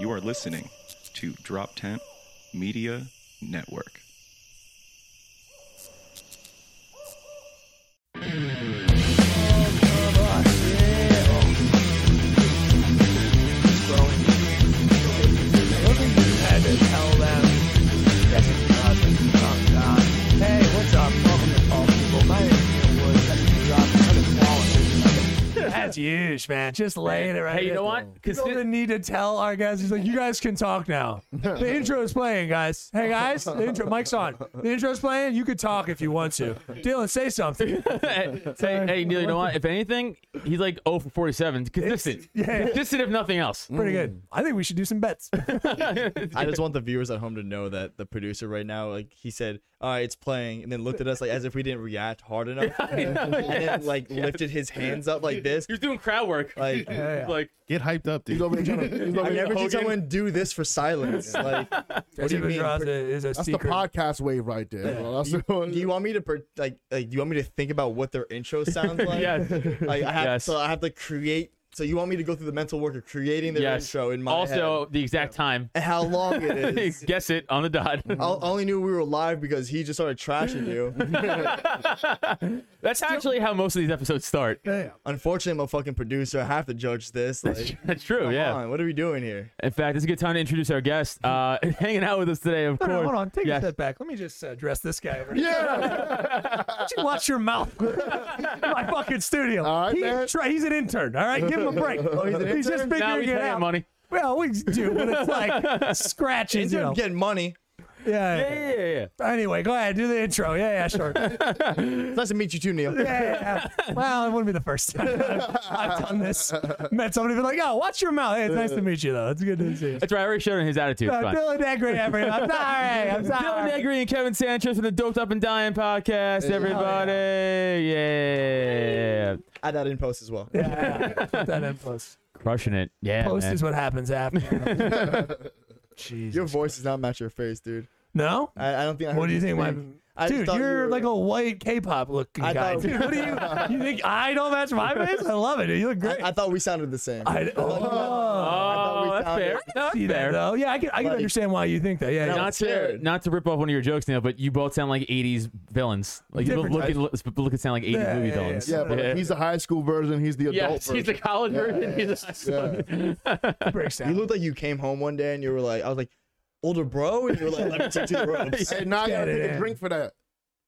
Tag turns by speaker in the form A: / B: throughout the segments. A: You are listening to Drop Tent Media Network.
B: had to tell them that it doesn't come down. Hey, what's up? Welcome to Paul People. My name is Neil Woods. That's the drop. I'm a quality. That's huge, man. Just laying it right.
C: Hey, you
B: there.
C: know what?
B: We don't
C: Consi-
B: even need to tell our guys. He's like, you guys can talk now. The intro is playing, guys. Hey, guys, the intro. Mike's on. The intro's playing. You could talk if you want to. Dylan, say something.
C: say, hey, Neil, you know what? If anything, he's like 0 for 47. Consistent.
B: yeah.
C: Consistent, if nothing else.
B: Pretty good. I think we should do some bets.
D: I just want the viewers at home to know that the producer right now, like he said, "All right, it's playing," and then looked at us like as if we didn't react hard enough, and then like lifted his hands up like this.
C: He was doing crowd work.
D: Like
C: Like,
E: Get hyped up, dude.
F: He's over there trying to. He's over
D: I've
F: there-
D: never seen someone do this for silence. Like, what do you mean?
B: Pedraza is a
F: that's
B: secret.
F: the podcast wave right there. bro. That's the one.
D: Do you want me to per- like, like? Do you want me to think about what their intro sounds like?
C: Yes.
D: Like, I have,
C: Yes.
D: So I have to create. So you want me to go through the mental work of creating their
C: yes.
D: intro in my
C: also,
D: head
C: the exact time.
D: and how long it is.
C: Guess it on the dot.
D: I I only knew we were live because he just started trashing you.
C: That's actually how most of these episodes start.
D: Unfortunately, I'm a fucking producer. I have to judge this. Like,
C: That's true,
D: Come
C: yeah.
D: on, what are we doing here?
C: In fact, it's a good time to introduce our guest. Uh, hanging out with us today, of
B: Hold
C: course.
B: on, hold on. Take
C: Yes.
B: a step back. Let me just uh, address this guy over here.
F: Yeah.
B: Why don't you watch your mouth? In my fucking studio.
F: All right,
B: He-
F: man.
B: try- he's an intern. All right, give him a break. he's just figuring
C: Nah, we
B: it
C: pay him
B: out.
C: money.
B: Well, we do, but it's like scratches. You
D: Instead
B: know.
D: of getting money,
B: yeah,
C: Yeah,
B: yeah,
C: yeah, yeah.
B: yeah. Anyway, go ahead. Do the intro. Yeah, yeah, sure. Yeah,
D: it's nice to meet you too, Neil.
B: yeah, yeah. Well, it wouldn't be the first time I've done this. Met somebody be like, "Oh, watch your mouth." Hey, it's nice to meet you, though. It's good to see you.
C: That's right. I already showed him his attitude.
B: Uh,
C: Fine.
B: Dylan Negri, everyone. I'm sorry. I'm sorry.
C: Dylan Negri and Kevin Sanchez from the Doped Up and Dying podcast, everybody. Yeah.
D: Add that in post as well.
B: Yeah, put that in post.
C: Crushing it. Yeah.
B: Post
C: man.
B: is what happens after.
D: Your voice does not match your face, dude.
B: No.
D: I, I don't think. I
B: What
D: heard
B: do you
D: your
B: think, my
D: thing. I just
B: dude?
D: thought you
B: You're
D: were-
B: like a white K-pop looking
D: I
B: guy.
D: thought-
B: Dude, what do you? You think I don't match my face? I love it. Dude. You look great.
D: I, I thought we sounded the same.
B: I- oh,
D: thought we
C: oh, that's
D: found
C: fair.
D: it.
C: No, that's
B: see that
C: fair.
B: though. Yeah, I can. I can
D: Like-
B: understand why you think that. Yeah, yeah.
D: Not-
C: Not to,
D: scared.
C: not to rip off one of your jokes now, but you both sound like 80s villains. Like you both
B: Different
C: look and, look, look and sound like 80s
B: Yeah,
C: movie
B: yeah, yeah.
C: villains.
F: Yeah, but he's the high school version. He's the adult
C: Yes, he's the
F: version.
C: college version. He's a-
B: it breaks
D: you
B: down.
D: looked like you came home one day and you were like, I was like, older bro, and you were like, let me take you to the ropes.
F: Hey, now I gotta
B: Get it
F: take
B: in.
F: a drink for that.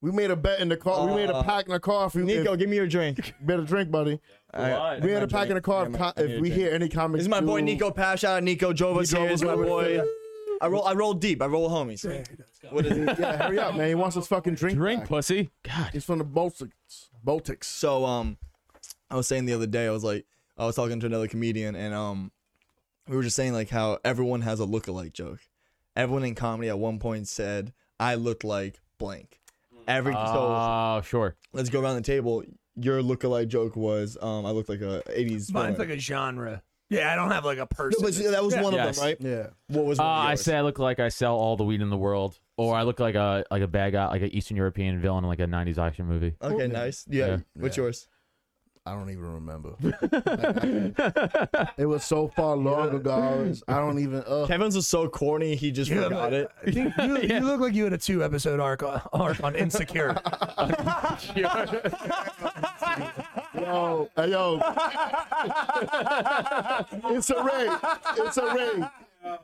F: We made a bet in the car. we made a
D: Uh,
F: pack in the car. If we
D: Nico,
F: if,
D: give me your drink.
F: better drink, buddy.
C: Alright.
F: we had a pack in the car. If, co- if we hear any comments,
D: This is my boy Nico Pash out of Nico Jovas
F: Nico
D: here. This is my
F: Jovas.
D: boy. I roll. I roll deep. I roll homies. What is it?
F: Yeah, hurry up, man. He wants his fucking drink.
C: Drink,
F: back.
C: pussy. God.
F: He's from the Baltics. Baltics.
D: So um, I was saying the other day, I was like, I was talking to another comedian, and um, we were just saying like how everyone has a look-alike joke. Everyone in comedy at one point said, "I look like blank." Every so
C: Oh, sure.
D: let's go around the table. Your look-alike joke was, um, "I look like a '80s."
B: Mine's
D: villain."
B: like a genre. Yeah, I don't have like a
D: no,
B: person.
D: but that was one
C: Yes.
D: of them, right?
F: Yeah.
D: What was?
C: Uh,
D: one of
C: I
D: yours?
C: say I look like I sell all the weed in the world, or I look like a like a bad guy, like an Eastern European villain in like a '90s action movie.
D: Okay, nice. Yeah.
C: Yeah.
D: What's yours?
F: I don't even remember. it was so far long ago. I was- I don't even. Uh,
D: Kevin's was so corny, he just
B: Yeah,
D: forgot
B: but
D: it.
B: I think you, you look like you had a two episode arc on, arc on Insecure.
F: Yo, Oh, hey, yo. it's a ray. It's a ray.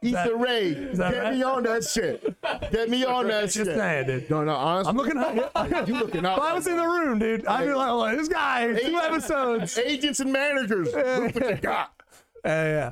F: It's a ray. Get
B: that
F: me on that shit. Get me on that
B: Just
F: shit.
B: saying, dude.
F: No, no, honestly.
B: I'm looking up.
F: you looking out.
B: If I was in the room, dude, I'd be like, oh, this guy, two episodes.
F: Agents and managers. Look what you got.
B: Yeah, yeah.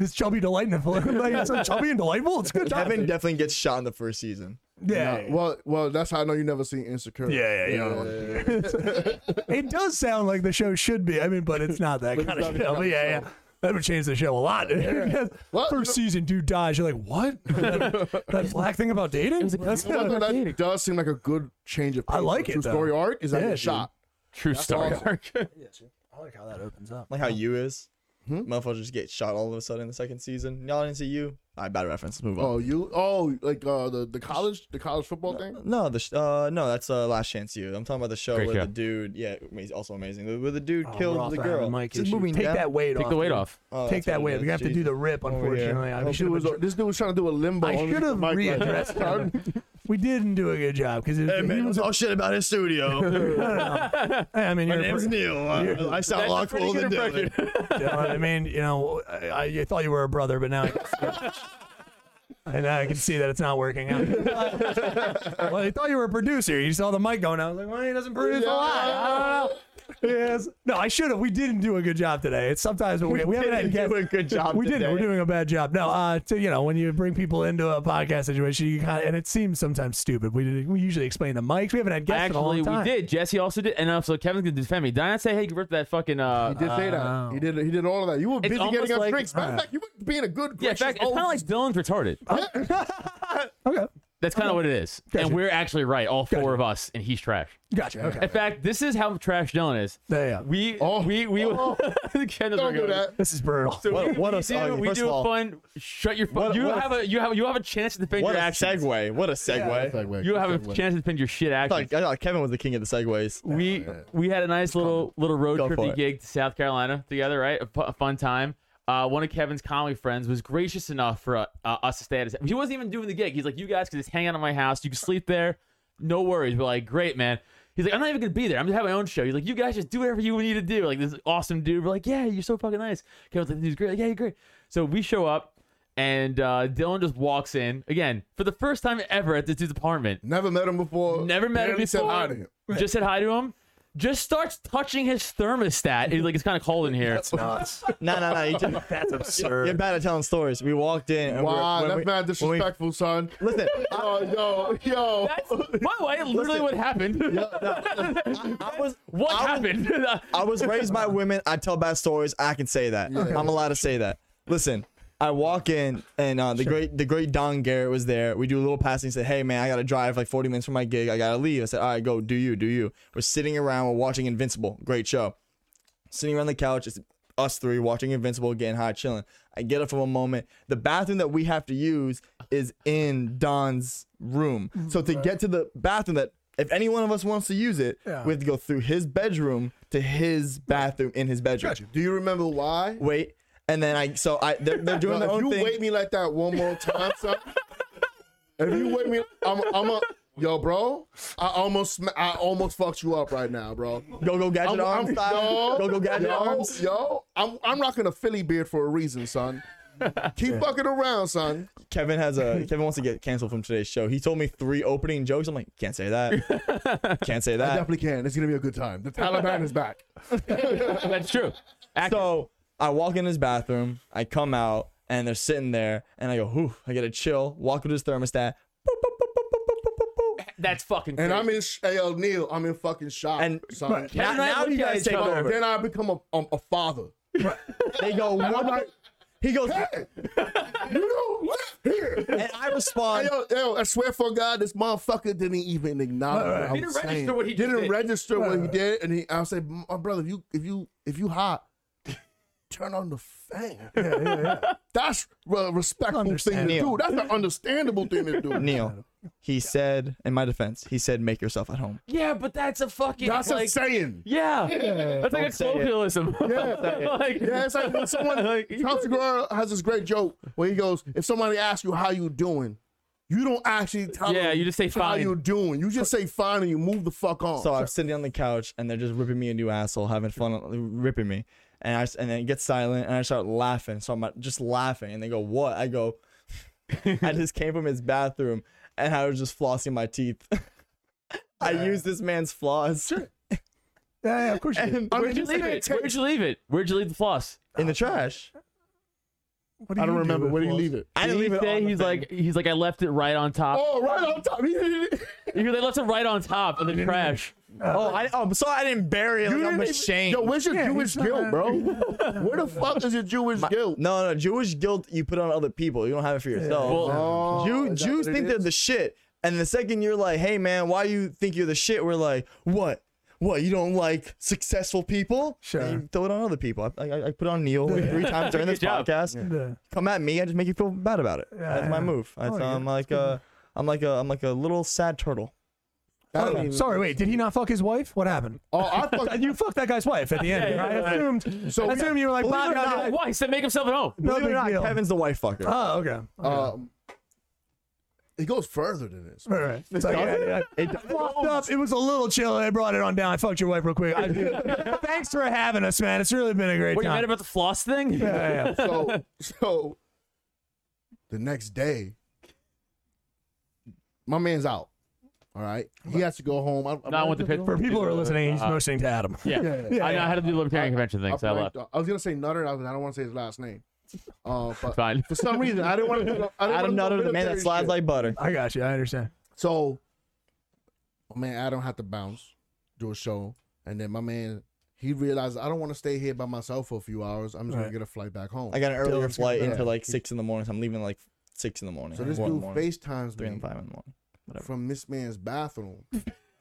B: It's chubby delightful. like, it's so chubby and delightful. It's good.
D: Kevin definitely gets shot in the first season.
B: Yeah.
F: No, well, well, that's how I know you never seen Insecure.
B: Yeah, yeah,
F: You
B: yeah.
F: know,
B: It does sound like the show should be. I mean, but it's not that kind of show. But yeah, yeah. That would change the show a lot.
F: What?
B: First season, dude dies. You're like, what? that, that black thing about dating? That's
F: I thought that does seem like a good change of.
B: I
F: pace.
B: like
F: The
B: it,
F: True
B: though.
F: story arc is that
B: Yeah,
F: yeah,
B: dude.
F: shot.
C: True story
F: awesome.
C: arc.
B: I like how that opens up.
D: Like how you is. Motherfuckers just get shot all of a sudden in the second season. Y'all didn't see you. All right, bad reference. Let's move on.
F: Oh, you? Oh, like uh, the the college the college football thing.
D: No, the sh- uh, no, that's uh, Last Chance You. I'm talking about the show
C: Great
D: where
C: show.
D: the dude, yeah, ama- also amazing. Where the dude
B: Oh,
D: killed
B: we're off
D: the
B: on a
D: girl.
B: mic
D: Just
B: issue.
D: moving
B: Take
D: down.
B: that weight off.
C: Take the weight
B: dude.
C: off.
D: Oh,
B: Take
D: that's
B: that
D: what
B: weight
D: it
B: off. We're gonna have
D: is.
B: to do the rip,
D: yeah.
B: unfortunately.
D: I
B: I
F: This
B: should
F: dude, was,
B: have.
F: this dude was trying to do a limbo.
B: I
F: on the
B: should have
F: mic like that.
B: readdressed that. We didn't do a good job because
D: Hey, man,
B: was.
D: was all shit about his studio.
B: I mean, you're a pretty-
D: Neil. I, I sound a lot cooler than Dylan.
B: Dylan, I mean, you know, I, I I thought you were a brother, but now, I, and now I can see that it's not working out. well, I thought you were a producer. You saw the mic going. I was like, well, he doesn't produce a lot. I don't know. Yes. No, I should have. We didn't do a good job today. It's sometimes when we, we, haven't had
D: didn't
B: guests.
D: do a good job
B: We didn't.
D: today.
B: We're doing a bad job. No, uh, to, you know, when you bring people into a podcast situation, you kind of, and it seems sometimes stupid. We did, we usually explain the mics. We haven't had guests
C: Actually,
B: in a
C: we
B: long time.
C: did. Jesse also did, and uh, so Kevin's gonna defend me. Did I not say, "Hey, you ripped that fucking"? Uh,
F: He did say that. He did. He did all of that. You were busy
C: almost
F: getting us
C: like-
F: drinks. Matter of
B: uh,
F: fact, you were being a good.
C: yeah, in
F: gracious
C: fact, it's kind of
F: old-
C: like Dylan's retarded.
B: Okay,
C: That's kind of what it is.
B: Gotcha.
C: And we're actually right, all four of us, and he's trash.
B: gotcha. Okay,
C: In fact, this is how trash Dylan is.
B: Yeah, yeah.
C: We
F: Oh.
C: we we
F: Oh.
C: Ken doesn't
F: Don't
C: recognize
F: do
C: it.
F: that.
B: this is brutal.
C: So
D: What-
C: we,
D: what
C: we
D: a-
C: do,
D: okay,
C: we
D: first
C: do
D: of all-
C: a fun. Shut your phone.
D: what-
C: You
D: what a-
C: have a you have you have a chance to defend
D: What a
C: your actions.
D: segue. What a segue.
F: Segue, good
C: You have a
F: segue.
C: chance to defend your shit
D: I, thought,
C: actions.
D: I thought Kevin was the king of the segues.
C: we we had a nice little little road
D: Go for
C: trip
D: it.
C: gig to South Carolina together, right? A, fu- a fun time. Uh, one of Kevin's comedy friends was gracious enough for uh, uh, us to stay at his. He wasn't even doing the gig. He's like, "You guys can just hang out at my house. You can sleep there, no worries." We're like, "Great, man." He's like, "I'm not even gonna be there. I'm just having my own show." He's like, "You guys just do whatever you need to do." Like this awesome dude. We're like, "Yeah, you're so fucking nice." Kevin's like, "Dude's great." Like, yeah, you're great. So we show up, and uh, Dylan just walks in again for the first time ever at this dude's apartment.
F: Never met him before.
C: Never met him
F: Barely said hi to him.
C: before. Just said hi to him. Just starts touching his thermostat. He's like, it's kind of cold in here.
B: nuts.
D: No, no, no. You just,
B: That's absurd.
D: you're bad at telling stories. We walked in. And
F: Wow,
D: we
F: that's
D: were, when
F: mad
D: we, when we-
F: disrespectful, son.
D: Listen,
F: Oh, yo, yo.
C: That's, by the way, literally what happened.
D: I was
C: What
D: I was-
C: happened?
D: I was raised by women. I tell bad stories. I can say that. I'm allowed to say that. Listen, I walk in and uh, the great the great Don Garrett was there. We do a little passing. He Said, "Hey man, I gotta drive like 40 minutes from my gig. I gotta leave." I said, "All right, go do you, do you." We're sitting around. We're watching Invincible. Great show. Sitting around the couch. It's us three watching Invincible, getting high, chilling. I get up for a moment. The bathroom that we have to use is in Don's room.
F: Mm-hmm.
D: So to get to the bathroom that if any one of us wants to use it,
B: Yeah.
D: we have to go through his bedroom to his bathroom in his bedroom.
F: Do you remember why?
D: Wait, and then I so I they're, they're doing
F: Now,
D: their
F: if
D: own
F: you
D: thing.
F: wait me like that one more time, son. if you wait me, I'm, I'm a yo, bro. I almost, sma- I almost fucked you up right now, bro.
D: go go gadget
F: I'm,
D: arms
F: I'm-
D: style.
F: yo,
D: Go go gadget
F: yo,
D: arms.
F: Yo, I'm, I'm rocking a Philly beard for a reason, son. Keep fucking around, son.
D: Kevin has a Kevin wants to get canceled from today's show. He told me three opening jokes. I'm like, can't say that. can't say that.
F: Definitely can. It's gonna be a good time. The Taliban is back.
C: That's true. Act-
D: So I walk in his bathroom, I come out, and they're sitting there, and I go, whew, I get a chill, walk with his thermostat, boop, boop, boop, boop, boop, boop, boop, boop, boop.
C: that's fucking
F: And
C: crazy.
F: I'm in, sh- hey, yo, Neil, I'm in fucking shock,
D: And
F: son.
D: now,
C: and I
D: now
C: look
D: you
C: at
D: guys
C: each
D: take
C: other.
D: over.
F: Then I become a, um, a father.
D: They go,
F: I'm
D: one,
F: like,
D: he goes,
F: you know, let here.
D: and I respond,
F: Yo, yo, I swear for God, this motherfucker didn't even acknowledge what I
C: He didn't
F: was
C: register
F: saying.
C: what he
F: didn't
C: just did.
F: register what he did, and he, I said, "My uh, brother, if you if you if you hot, turn on the fan." That's a respectful thing to
D: Understandable.
F: do. That's an understandable thing to do.
D: Neil, he said, in my defense, he said, make yourself at home.
C: yeah, but that's a fucking.
F: That's a
C: like,
F: saying.
C: yeah. that's like a
D: say it.
C: colloquialism. like,
F: Yeah, it's like when someone
C: Like-
F: Tom Segura has this great joke where he goes, "If somebody asks you how you doing, you don't actually tell
C: Yeah,
F: them
C: you just say
F: how
C: fine.
F: you doing. You just say fine and you move the fuck on."
D: So I'm sitting on the couch and they're just ripping me a new asshole, having fun uh, ripping me. And I s- and then it gets silent and I start laughing. So I'm uh, just laughing and they go, "What?" I go, "I just came from his bathroom and I was just flossing my teeth. I used this man's floss
B: yeah, yeah, of course you did.
D: and
C: Where'd you leave it? Where'd you leave it? Where'd you leave the floss?
D: in the trash.
B: What do
F: I
B: you
F: don't
B: do
F: remember.
B: with
F: Where do you
B: flaws?
F: leave it?
D: I
C: Did
D: didn't
C: he
D: leave it.
C: say
D: on the
C: he's
D: thing.
C: like he's like I left it right on top.
F: Oh, right on top. you
C: He- They left it right on top of the trash.
D: "Oh, I, oh, I'm sorry, I didn't bury it. Like, I'm
F: didn't even-
D: ashamed."
F: Yo, where's your
B: Yeah,
F: Jewish
B: he's not-
F: guilt, bro? Where the fuck is your Jewish guilt?
D: no, no, Jewish guilt you put on other people. You don't have it for yourself.
C: Well,
F: Oh,
D: Jew,
F: is that
D: Jews
F: what it
D: think they're
F: is?
D: the shit. And the second you're like, hey man, why you think you're the shit? We're like, what? what you don't like successful people?
F: Sure.
D: And you throw it on other people. I, I, I put on Neil like, three times during this
C: Good job.
D: podcast.
B: Yeah.
D: Come at me, I just make you feel bad about it. That's my
B: yeah.
D: move. I,
B: Oh, yeah,
D: am like a, I'm like a, I'm like a little sad turtle.
F: I don't
B: Oh,
F: even-
B: sorry, wait. Did he not fuck his wife? What happened?
F: Oh, I fuck,
B: You fucked that guy's wife at the end.
C: yeah,
B: right?
C: yeah.
B: I assumed.
F: So
B: I
F: we-
B: assumed you were like,
D: Believe it
B: Bob,
D: or not,
B: no,
C: Why? He said make himself at home.
B: no
D: Believe it
B: big
D: or not,
B: deal.
D: Kevin's the wife fucker.
B: Oh, okay. okay.
F: um, it goes further than this.
B: All right. It's like, yeah, yeah.
D: It-
B: I fucked up. It was a little chill. I brought it on down. I fucked your wife real quick. I do. Thanks for having us, man. It's really been a great
C: What you
B: time.
C: mad about the floss thing?
B: yeah, yeah.
F: So, so the next day, my man's out. All right, he has to go home. I,
C: No, I want the pit
B: For people who are listening,
C: uh,
B: he's motioning to Adam.
C: Yeah.
F: Yeah.
C: I know how to do the libertarian convention thing, so I left.
F: blanked out. I was gonna say Nutter. I, was, I don't want to say his last name. Uh, but
C: Fine.
F: for some reason, I didn't want to. I didn't
D: Adam
F: wanna do
D: Nutter, the man that
F: military
D: slides
F: shit.
D: like butter.
B: I got you. I understand.
F: So, my man, Adam had to bounce, do a show, and then my man, he realized I don't want to stay here by myself for a few hours. I'm just
B: Right.
F: gonna get a flight back home.
D: I got an earlier
B: Dylan's
D: flight
F: gonna-
D: into
F: yeah.
D: like six in the morning. So I'm leaving like six in the morning.
F: so this
D: one in the
F: dude
D: morning,
F: FaceTimes
D: three and
F: me
D: five in the morning. whatever.
F: from this man's bathroom,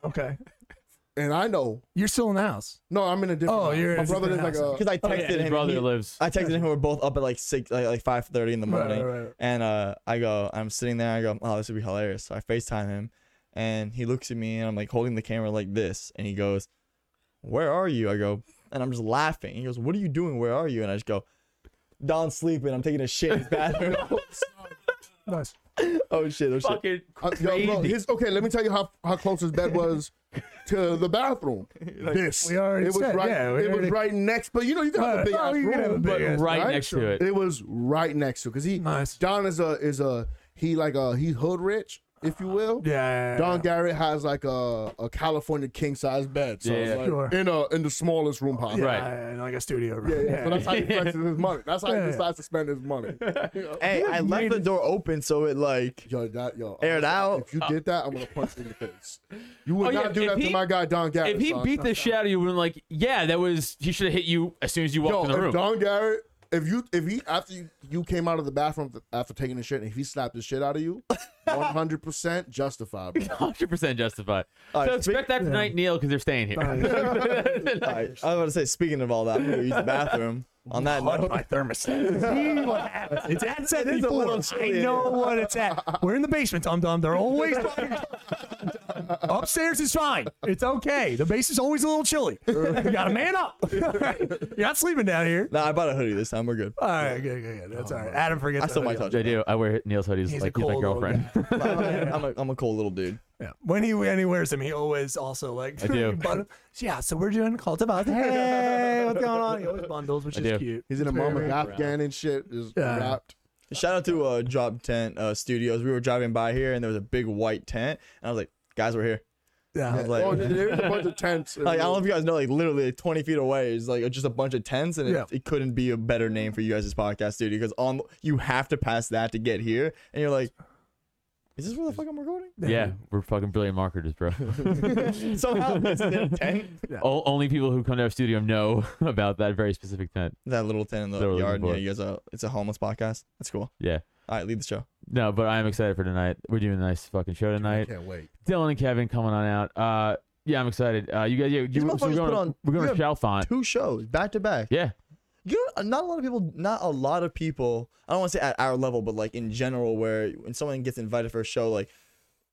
B: Okay.
F: and I know.
B: You're still in the house.
F: No, I'm in a different.
B: Oh, you're in
F: my
B: a
F: brother is
B: different
F: like
B: house.
F: a.
D: Because I
C: Oh, yeah,
D: texted him.
C: his
D: and
C: brother
D: he-
C: lives.
D: I texted him. We're both up at like six, like, like five thirty in the
B: Right,
D: morning,
B: right, right.
D: and uh, I go, I'm sitting there. I go, oh, this would be hilarious. So I Facetime him, and he looks at me, and I'm like holding the camera like this, and he goes, "Where are you?" I go, and I'm just laughing. He goes, "What are you doing? Where are you?" And I just go, "Don's sleeping. I'm taking a shit in his bathroom."
B: Nice.
D: oh shit! Oh, shit.
C: Fucking
F: Uh, yo, bro,
C: crazy.
F: his, okay, let me tell you how, how close his bed was to the bathroom. this
B: We already
F: it was
B: said,
F: right.
B: yeah, we
F: it was
B: already-
F: right next, but you know you can have a
B: Right.
F: big
B: Oh,
F: ass
B: you can have a
F: room,
B: big
F: but
B: ass
C: room. Right next to it.
F: It was right next to because he
B: Nice.
F: Don is a is a he like a he's hood rich, if you will.
B: Yeah. yeah, yeah.
F: Don Garrett has like a, a California king size bed, so it's
C: Yeah.
F: like
B: Sure.
F: in a in the smallest room possible.
B: Yeah,
C: Right.
B: yeah, yeah, like a studio room.
F: Yeah, yeah. So that's how he flexes his money. That's how
B: Yeah,
F: he
B: yeah.
F: decides to spend his money.
D: Hey, I left the door open so it like
F: Yo, that yo.
D: Air it
F: honestly,
D: out.
F: If you did that, I'm gonna punch you in the face. You would
C: Oh, yeah,
F: not do
C: if
F: that to
C: he-
F: my guy Don Garrett.
C: if he
F: son.
C: beat the shit out of you, would like, yeah, that was he should have hit you as soon as you walked
F: yo,
C: in the
F: if
C: room.
F: Don Garrett, if you if he after you, you came out of the bathroom after taking the shit, and if he slapped the shit out of you, 100 percent justified. Bro.
C: Hundred percent justified.
D: All right,
C: so expect that tonight, Neil, because they're staying here.
D: All right, I was about to say, speaking of all that, I'm gonna use the bathroom. On that note,
B: my thermostat. See what happens. It's at 74.
D: little
B: I
D: chilly in
B: know what it's at. We're in the basement, Dum Dum. They're always fucking- Upstairs is fine. It's okay. The basement's always a little chilly. You got to man up. You're not sleeping down here.
D: nah, I bought a hoodie this time. We're good.
B: All right, good, good, good. That's all right. Adam forgets.
D: I still
B: that
D: might
B: video.
D: touch.
C: Oh I do. I wear Neil's hoodies
B: He's a
C: like he's my
B: cool little
C: girlfriend.
D: I'm a- I'm a, I'm a cool little dude.
B: Yeah. When he when he wears them, he always also like
C: I do.
B: bun- yeah. So we're doing cult about hey, what's going on? He always bundles, which
C: I
B: is
C: do.
B: cute.
F: He's in a mama Afghan and shit is
B: Yeah.
F: wrapped.
D: Shout out to uh, Drop Tent uh, Studios. We were driving by here and there was a big white tent, and I was like, "Guys, we're here."
B: Yeah.
D: I was like,
F: oh, there- there's a bunch of tents.
D: like, I don't know if you guys know, like literally 20 feet away is like just a bunch of tents, and
B: Yeah.
D: it, it couldn't be a better name for you guys' podcast studio because on you have to pass that to get here, and you're like, "Is this where the fuck I'm recording?"
C: yeah, we're fucking brilliant marketers, bro.
D: Somehow it's in a tent.
C: O- only people who come to our studio know about that very specific tent.
D: That little tent in the
C: They're looking
D: yard.
C: for
D: Yeah,
C: it.
D: you guys are. It's a homeless podcast. That's cool.
C: Yeah.
D: All right, lead the show.
C: No, but I am excited for tonight. We're doing a nice fucking show
F: I
C: tonight.
F: can't wait.
C: Dylan and Kevin coming on out. Uh, yeah, I'm excited. Uh, you guys, yeah, you, so
D: motherfuckers
C: we're going.
D: put on-
C: we're going
D: you
C: to Chalfont.
D: Two shows back to back.
C: Yeah,
D: you know, not a lot of people, not a lot of people, I don't want to say at our level, but like in general, where when someone gets invited for a show, like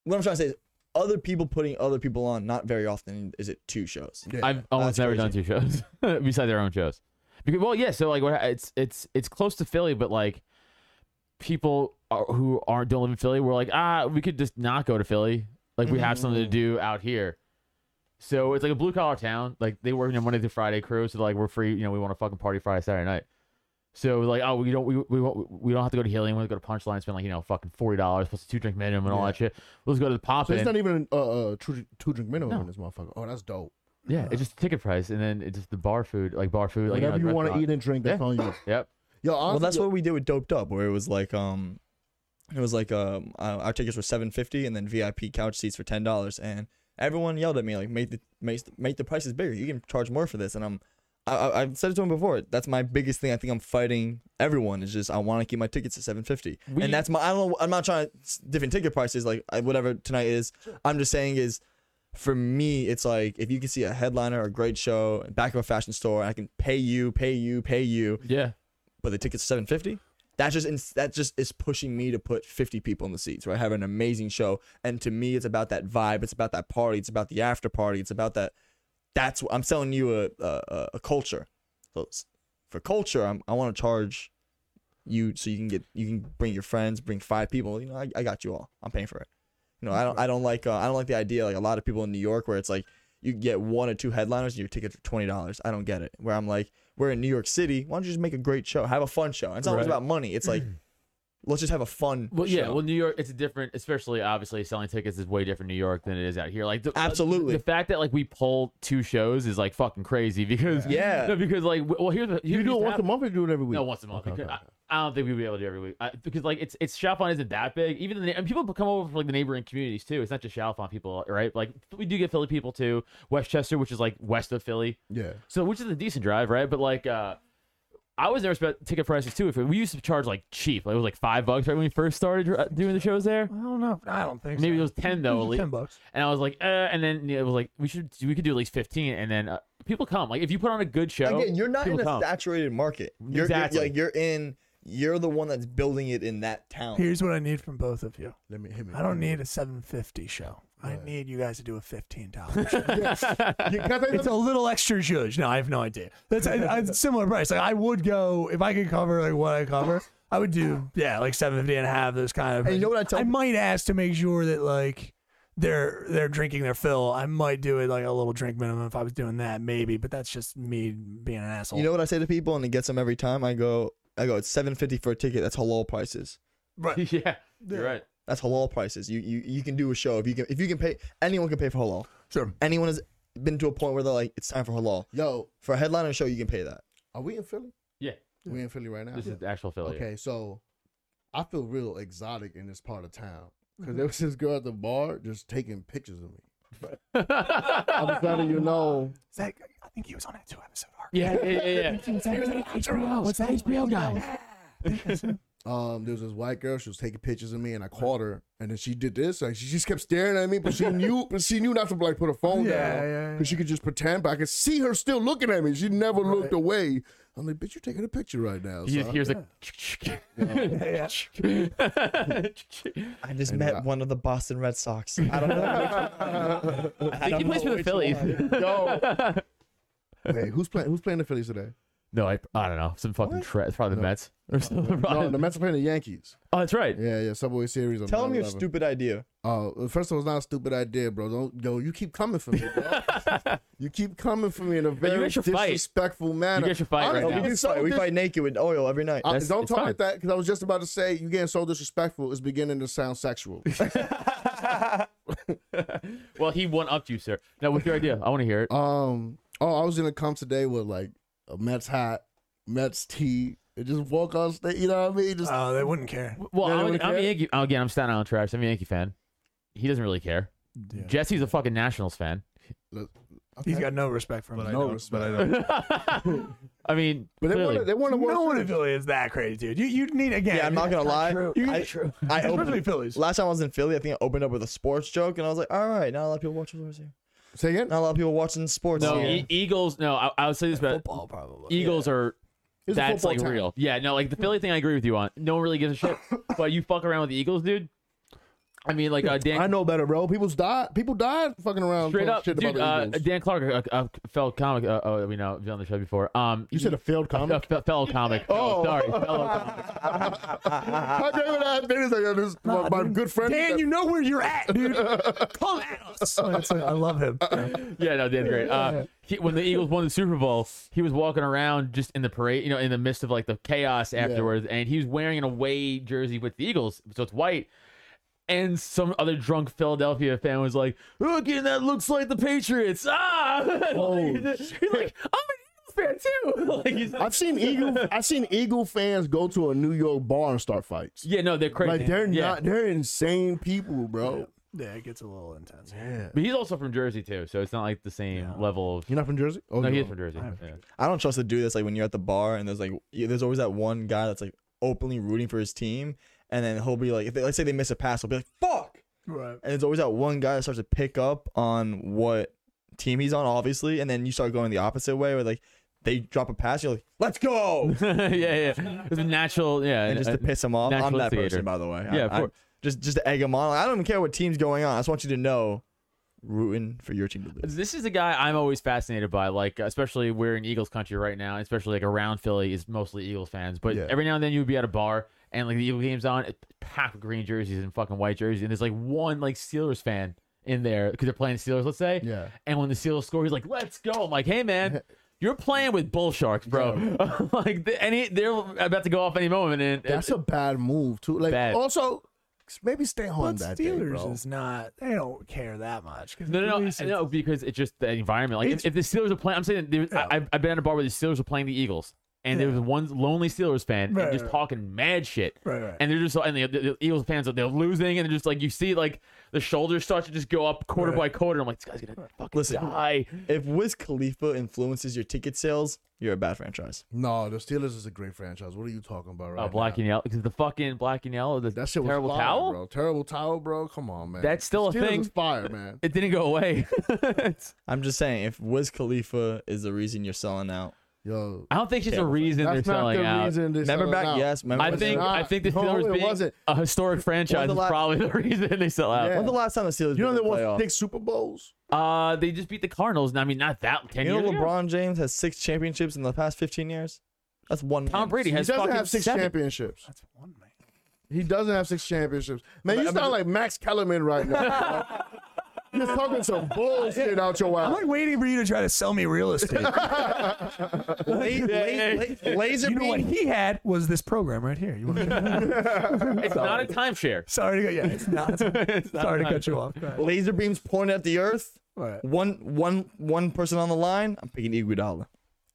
D: what I'm trying to say is other people putting other people on, not very often is it two shows.
F: Yeah.
C: I've almost
D: that's
C: never done
D: crazy.
C: two shows besides their own shows. Because well, yeah, so like what- it's it's it's close to Philly, but like people are, who aren't don't live in Philly, we're like ah, we could just not go to Philly. Like we have
F: Mm.
C: something to do out here. So it's like a blue collar town. Like they work in a Monday through Friday crew, so like we're free. You know, we want to fucking party Friday Saturday night. So like oh we don't we we won't- we don't have to go to Healing. We don't go to Punchline. and Spend like you know fucking forty dollars plus a two drink minimum and all that shit. Let's go to the pop.
F: So it's
C: in.
F: not even uh, uh two, two drink minimum
C: No.
F: in this motherfucker. Oh, that's dope.
C: yeah, it's just ticket price, and then it's just the bar food, like bar food. Like
F: Whatever
C: know,
F: you
C: want to
F: eat and drink, that's
C: Yeah.
F: on you.
C: Yep.
F: Yo,
D: Well,
F: honestly,
D: that's what we did with Doped Up, where it was like, um, it was like, um, uh, our tickets were 750 and then VIP couch seats for $10. And everyone yelled at me, like, make the, make, the- make the prices bigger. You can charge more for this. And I'm, I, I, I've said it to him before. That's my biggest thing. I think I'm fighting everyone. Is just I want to keep my tickets at 750,
C: We-
D: and that's my. I don't. know- I'm not trying to s- different ticket prices like I, whatever tonight is. I'm just saying is for me, it's like if you can see a headliner, a great show, and back of a fashion store, I can pay you, pay you, pay you,
C: Yeah.
D: but the tickets are seven fifty. That just ins- that just is pushing me to put fifty people in the seats. Right, have an amazing show, and to me, it's about that vibe. It's about that party. It's about the after party. It's about that. That's what I'm selling you a a- a, a culture. So s- for culture, I'm, I want to charge you so you can get you can bring your friends, bring five people. You know, I, I got you all. I'm paying for it. You know, I don't I don't like uh, I don't like the idea like a lot of people in New York where it's like you get one or two headliners and your tickets are twenty dollars. I don't get it. Where I'm like, we're in New York City. Why don't you just make a great show? Have a fun show. It's not always
C: Right.
D: about money. It's like let's just have a fun.
C: Well, yeah.
D: show.
C: Well, New York, it's a different, especially obviously selling tickets is way different in New York than it is out here. Like, the, uh,
D: Absolutely.
C: the fact that like we pulled two shows is like fucking crazy because
D: Yeah.
C: no, because like w- well here's the
F: You
C: here's
F: do it
C: the-
F: once a month or you do it every week?
C: No, once a month.
F: Okay,
C: Because
F: okay, okay.
C: I, I don't think we'd be able to do every week I, because like it's it's Chalfont isn't that big. Even the na- and people come over from like the neighboring communities too. It's not just Chalfont people, right? Like we do get Philly people too. Westchester, which is like west of Philly,
F: Yeah.
C: so which is a decent drive, right? But like. uh I was nervous about ticket prices too. If we used to charge like cheap, like it was like five bucks right when we first started uh, doing the shows there.
B: I don't know. I don't think
C: Maybe it
B: so.
C: was ten though. at
B: Maybe
C: least.
B: ten bucks.
C: And I was like, uh, and then it was like, we should, we could do at least fifteen. And then uh, people come. Like if you put on a good show,
D: Again, you're not in
C: people
D: a
C: come.
D: saturated market. You're,
C: Exactly.
D: you're like you're in. You're the one that's building it in that town.
B: Here's what I need from both of you.
F: Let me hit me.
B: I
D: Mm-hmm.
B: don't need a 750 show. I need you guys to do a $15 show.
F: You got that?
B: it's a little extra zhuzh. No, I have no idea. That's a, a similar price. Like I would go if I could cover like what I cover. I would do yeah, like seven fifty and a half. Those kind of.
D: And you know what I tell
B: I
D: pe-
B: might ask to make sure that like they're they're drinking their fill. I might do it like a little drink minimum if I was doing that maybe, but that's just me being an asshole.
D: You know what I say to people, and it gets them every time. I go, I go. It's seven fifty for a ticket. That's halal prices.
B: right?
C: yeah, you're right.
D: That's halal prices. You you you can do a show if you can if you can pay. Anyone can pay for halal.
F: Sure.
D: Anyone has been to a point where they're like, it's time for halal.
F: Yo,
D: For a headliner show, you can pay that.
F: are we in Philly?
C: Yeah,
F: We in Philly right now.
C: this is the actual Philly.
F: Okay, so I feel real exotic in this part of town because
C: Mm-hmm.
F: there was this girl at the bar just taking pictures of me. I'm just letting you know.
B: Is that, I think he was on that two episode arc.
C: Yeah, yeah, yeah. yeah.
B: What's that HBO guy?
F: Um, there was this white girl. She was taking pictures of me, and I caught her. And then she did this. Like she just kept staring at me, but she knew, but she knew not to like put her phone
B: Yeah,
F: down
B: yeah, yeah.
F: because she could just pretend. But I could see her still looking at me. She never looked away. I'm like, bitch, you're taking a picture right now.
C: He
F: son."
C: just hears
B: Yeah.
C: like.
D: I just met one of the Boston Red Sox. I don't know.
C: I think he plays for the Phillies.
F: Yo. Wait, who's playing? Who's playing the Phillies today?
C: no, I, I don't know. Some fucking tra- it's probably the Mets or something.
F: No, the Mets are playing the Yankees.
C: oh, that's right.
F: Yeah, yeah, Subway Series. on
D: Tell them your
F: 9/11.
D: stupid idea.
F: Oh, uh, first of all, it's not a stupid idea, bro. Don't yo. You keep coming for me. Bro. you keep coming for me in a very
C: get your fight.
F: disrespectful manner.
C: get your fight right
F: Honestly,
C: now.
F: you're
D: We
F: so
D: fight, we
F: dis-
D: fight naked with oil every night.
F: I-
C: That's-
F: don't
C: it's
F: talk
C: fine.
F: like that because I was just about to say you getting so disrespectful. It's beginning to sound sexual.
C: Well, he one upped you, sir. Now, what's your idea? I want to hear it.
F: um. Oh, I was gonna come today with like a Mets hat, Mets tee, and just walk on stage. You know what I mean? Just
B: Oh, they wouldn't care.
C: Well,
F: Yeah,
C: I'm,
F: don't
C: an- I'm a
F: care.
C: Yankee. oh, Again, I'm standing on trash. I'm a Yankee fan. He doesn't really care. Jesse's a fucking Nationals fan.
B: He's got no respect for me.
F: no respect. But, I
C: I mean,
F: but they
C: clearly.
F: want they want to
B: No one in Philly is that crazy, dude. You you need again.
D: Yeah, I'm not gonna lie.
B: True. You,
D: I-
B: true.
D: I
B: Especially
D: opened-
B: Phillies.
D: Last time I was in Philly, I think I opened up with a sports joke, and I was like, "All right, not a lot of people watching sports here.
F: Say again.
D: Not a lot of people watching sports
C: no,
D: here."
C: E- Eagles. No, I, I would say this about
B: Football, probably.
C: Eagles are.
F: It's a
C: that's
F: football
C: like
F: town.
C: real. Yeah, no, like the Philly thing, I agree with you on. No one really gives a shit. but you fuck around with the Eagles, dude. I mean, like uh, Dan.
F: I know better, bro. People's died. People died fucking around.
C: Straight
F: talking
C: up,
F: shit
C: dude.
F: about
C: Uh,
F: the Eagles.
C: Dan Clark, a, a felt comic. Uh, oh, you know, been on the show before. Um,
F: you said a failed
C: a,
F: comic.
C: fe- fellow comic. Oh, sorry, fellow comic.
F: I gave it that. Then he's like, oh, this, my, my good friend.
B: Dan, you know where you're at, dude. Come at us. That's- I love him.
C: Yeah, no, Dan's great. Uh, he, when the Eagles won the Super Bowl, he was walking around just in the parade, you know, in the midst of like the chaos afterwards, and he was wearing an away jersey with the Eagles, so it's white. And some other drunk Philadelphia fan was like, "Look, again, that looks like the Patriots." Ah,
F: Oh,
C: like, he's like, "I'm an Eagles fan too." like, he's
F: I've seen Eagle. I've seen Eagle fans go to a New York bar and start fights.
C: yeah, no, they're crazy.
F: Like they're
C: yeah.
F: not. They're insane people, bro.
B: Yeah, it gets a little intense.
C: But he's also from Jersey too, so it's not like the same level of.
F: You're not from Jersey? Oh,
C: No,
F: you
C: he is
F: are.
C: from Jersey. yeah.
D: I don't trust to do this. Like when you're at the bar and there's like yeah, there's always that one guy that's like openly rooting for his team, and then he'll be like, if they, let's say they miss a pass, he'll be like, "Fuck."
B: Right.
D: and there's always that one guy that starts to pick up on what team he's on, obviously, and then you start going the opposite way, where like they drop a pass, you're like, "Let's go!"
C: yeah, yeah. It's a natural. Yeah,
D: and just to
C: uh,
D: piss him off. I'm
C: natural
D: that
C: theater.
D: person, by the way.
C: Yeah,
D: I,
C: of
D: I-
C: course.
D: just just to egg him on. Like, I don't even care what team's going on. I just want you to know, rooting for your team to lose.
C: This is the guy I'm always fascinated by. Like, especially we're in Eagles country right now, especially like around Philly is mostly Eagles fans. But
F: Yeah.
C: every now and then you would be at a bar and like the Eagle game's on, it's packed with green jerseys and fucking white jerseys, and there's like one like Steelers fan in there because they're playing Steelers, let's say.
F: Yeah.
C: And when the Steelers score, he's like, "Let's go!" I'm like, "Hey, man." You're playing with bull sharks, bro. like the- any, they're about to go off any moment, and
F: That's a bad move too. Like
C: Bad.
F: also, maybe stay home
B: But
F: that day,
B: Steelers
F: bro.
B: is not. They don't care that much. 'cause
C: No,
B: at
C: no, no,
B: least it's-
C: no, because it's just the environment. Like, if, if the Steelers are playing, I'm saying that there- I, I've- I've been at a bar where the Steelers were playing the Eagles, and there was one lonely Steelers fan and
B: Right,
C: just
B: right.
C: talking mad shit,
B: Right, right.
C: and they're just and the, the, the Eagles fans they're losing, and they're just like you see like the shoulders start to just go up quarter by quarter. I'm like, this guy's gonna fucking
D: Listen.
C: die.
D: If Wiz Khalifa influences your ticket sales, you're a bad franchise.
F: No, the Steelers is a great franchise. What are you talking about right
C: Oh, black
F: now?
C: and yellow, because the fucking black and yellow, the
F: That shit was
C: terrible
F: fire,
C: towel.
F: bro. Terrible towel, bro. Come on, man.
C: That's still a
F: Steelers
C: thing.
F: Is fire, man.
C: It didn't go away. It's-
D: I'm just saying, if Wiz Khalifa is the reason you're selling out,
F: Yo,
C: I don't think she's the
D: Yeah,
C: reason they're
F: that's not
C: selling
F: the
C: out.
F: reason. they're
D: remember
F: selling
D: back?
F: out.
D: Yes, remember
C: I
D: when-
C: think
F: not.
C: I think the
F: No,
C: Steelers
F: it
C: being
F: wasn't.
C: a historic franchise is
D: last-
C: probably the reason they sell out.
F: Yeah.
D: When the last time the Steelers
F: You know
D: made
F: they
D: the
F: won
D: playoffs?
F: six Super Bowls.
C: Uh, they just beat the Cardinals. and I mean, not that ten
D: You know
C: years ago.
D: LeBron James has six championships in the past 15 years. That's one.
C: Tom
D: man.
C: Brady
F: He
C: has
F: doesn't
C: fucking
F: have six
C: seven.
F: championships.
B: That's one man.
F: He doesn't have six championships. Man, you
D: I mean-
F: sound like Max Kellerman right now. bro. You're talking some bullshit out your
B: I'm
F: ass.
B: like waiting for you to try to sell me real estate.
D: La- la- la- Laser
B: you know what
D: beam.
B: he had was this program right here. You wanna-
C: It's not a timeshare.
B: sorry to go. Yeah, it's not.
C: It's not
B: sorry
C: a
B: to cut you off. Go ahead.
D: Laser beams pointed at the earth.
B: Right,
D: One, one, one person on the line. I'm picking Iguodala.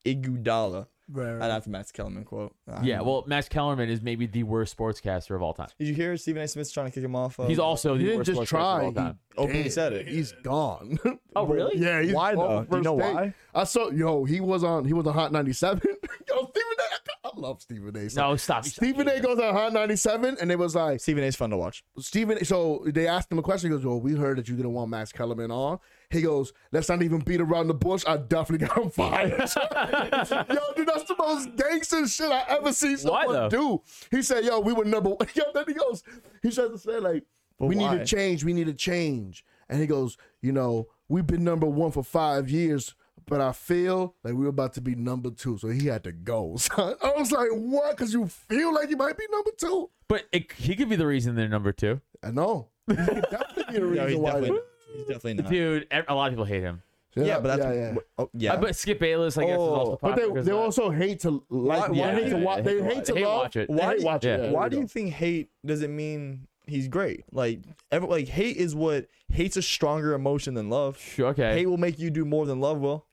D: Iguodala.
B: right,
D: I'd
B: right.
D: have to Max Kellerman quote. I
C: timeshare. Yeah,
D: don't
C: well, Max Kellerman is maybe the worst sportscaster of all time.
D: know. Did you hear Stephen A. Smith's trying to kick him off? Uh,
C: He's also the
F: He didn't
C: worst
F: just
C: sportscaster
F: try.
C: of all
F: He
C: time.
D: openly
F: did.
D: Oh, said it.
F: He's gone.
C: Oh, really?
F: yeah. He's
D: Why,
F: off
D: though?
F: the
D: Do you
F: first
D: know
F: day.
D: why?
F: I saw. Yo, he was on. He was on Hot 97. yo, Stephen A. I love Stephen A.
C: No, stop.
F: Stephen A. goes on Hot 97, and it was like
D: Stephen A's fun to watch.
F: Stephen. So they asked him a question. He goes, "Well, we heard that you didn't want Max Kellerman on." He goes, "Let's not even beat around the bush. I definitely got him fired." yo, dude, that's the most gangster shit I ever seen
C: Why,
F: someone
C: though?
F: do. He said, "Yo, we were number one." Yo, then he goes, he tries to say like,
D: But
F: "We need
D: why?
F: to change. We need to change." And he goes, "You know, we've been number one for five years." But I feel like we were about to be number two, so he had to go. son. I was like, "What?" Because you feel like you might be number two.
C: But it, he could be the reason they're number two,
F: I know. He could definitely be the
D: No,
F: reason
D: he's
F: why.
D: definitely,
F: they-
D: he's definitely not.
C: dude. ev- A lot of people hate him.
D: yeah, but that's
F: yeah, yeah.
D: Oh, yeah.
C: Uh, but Skip Bayless, I guess, is
D: Oh,
C: also
F: But
C: popular
F: they,
C: because
F: they
C: of that.
F: also hate to
D: Why-
F: like.
D: why
F: they hate to
C: yeah,
F: watch. They hate to
C: they hate
F: love.
C: watch it.
F: They
D: Why
F: hate
D: do-
F: watch
C: yeah.
F: it. Yeah,
D: Why
F: there
D: do
F: we
D: you
F: go.
D: think hate doesn't mean he's great? Like, every, like hate is what hate's a stronger emotion than love.
C: Sure, okay.
D: Hate will make you do more than love will.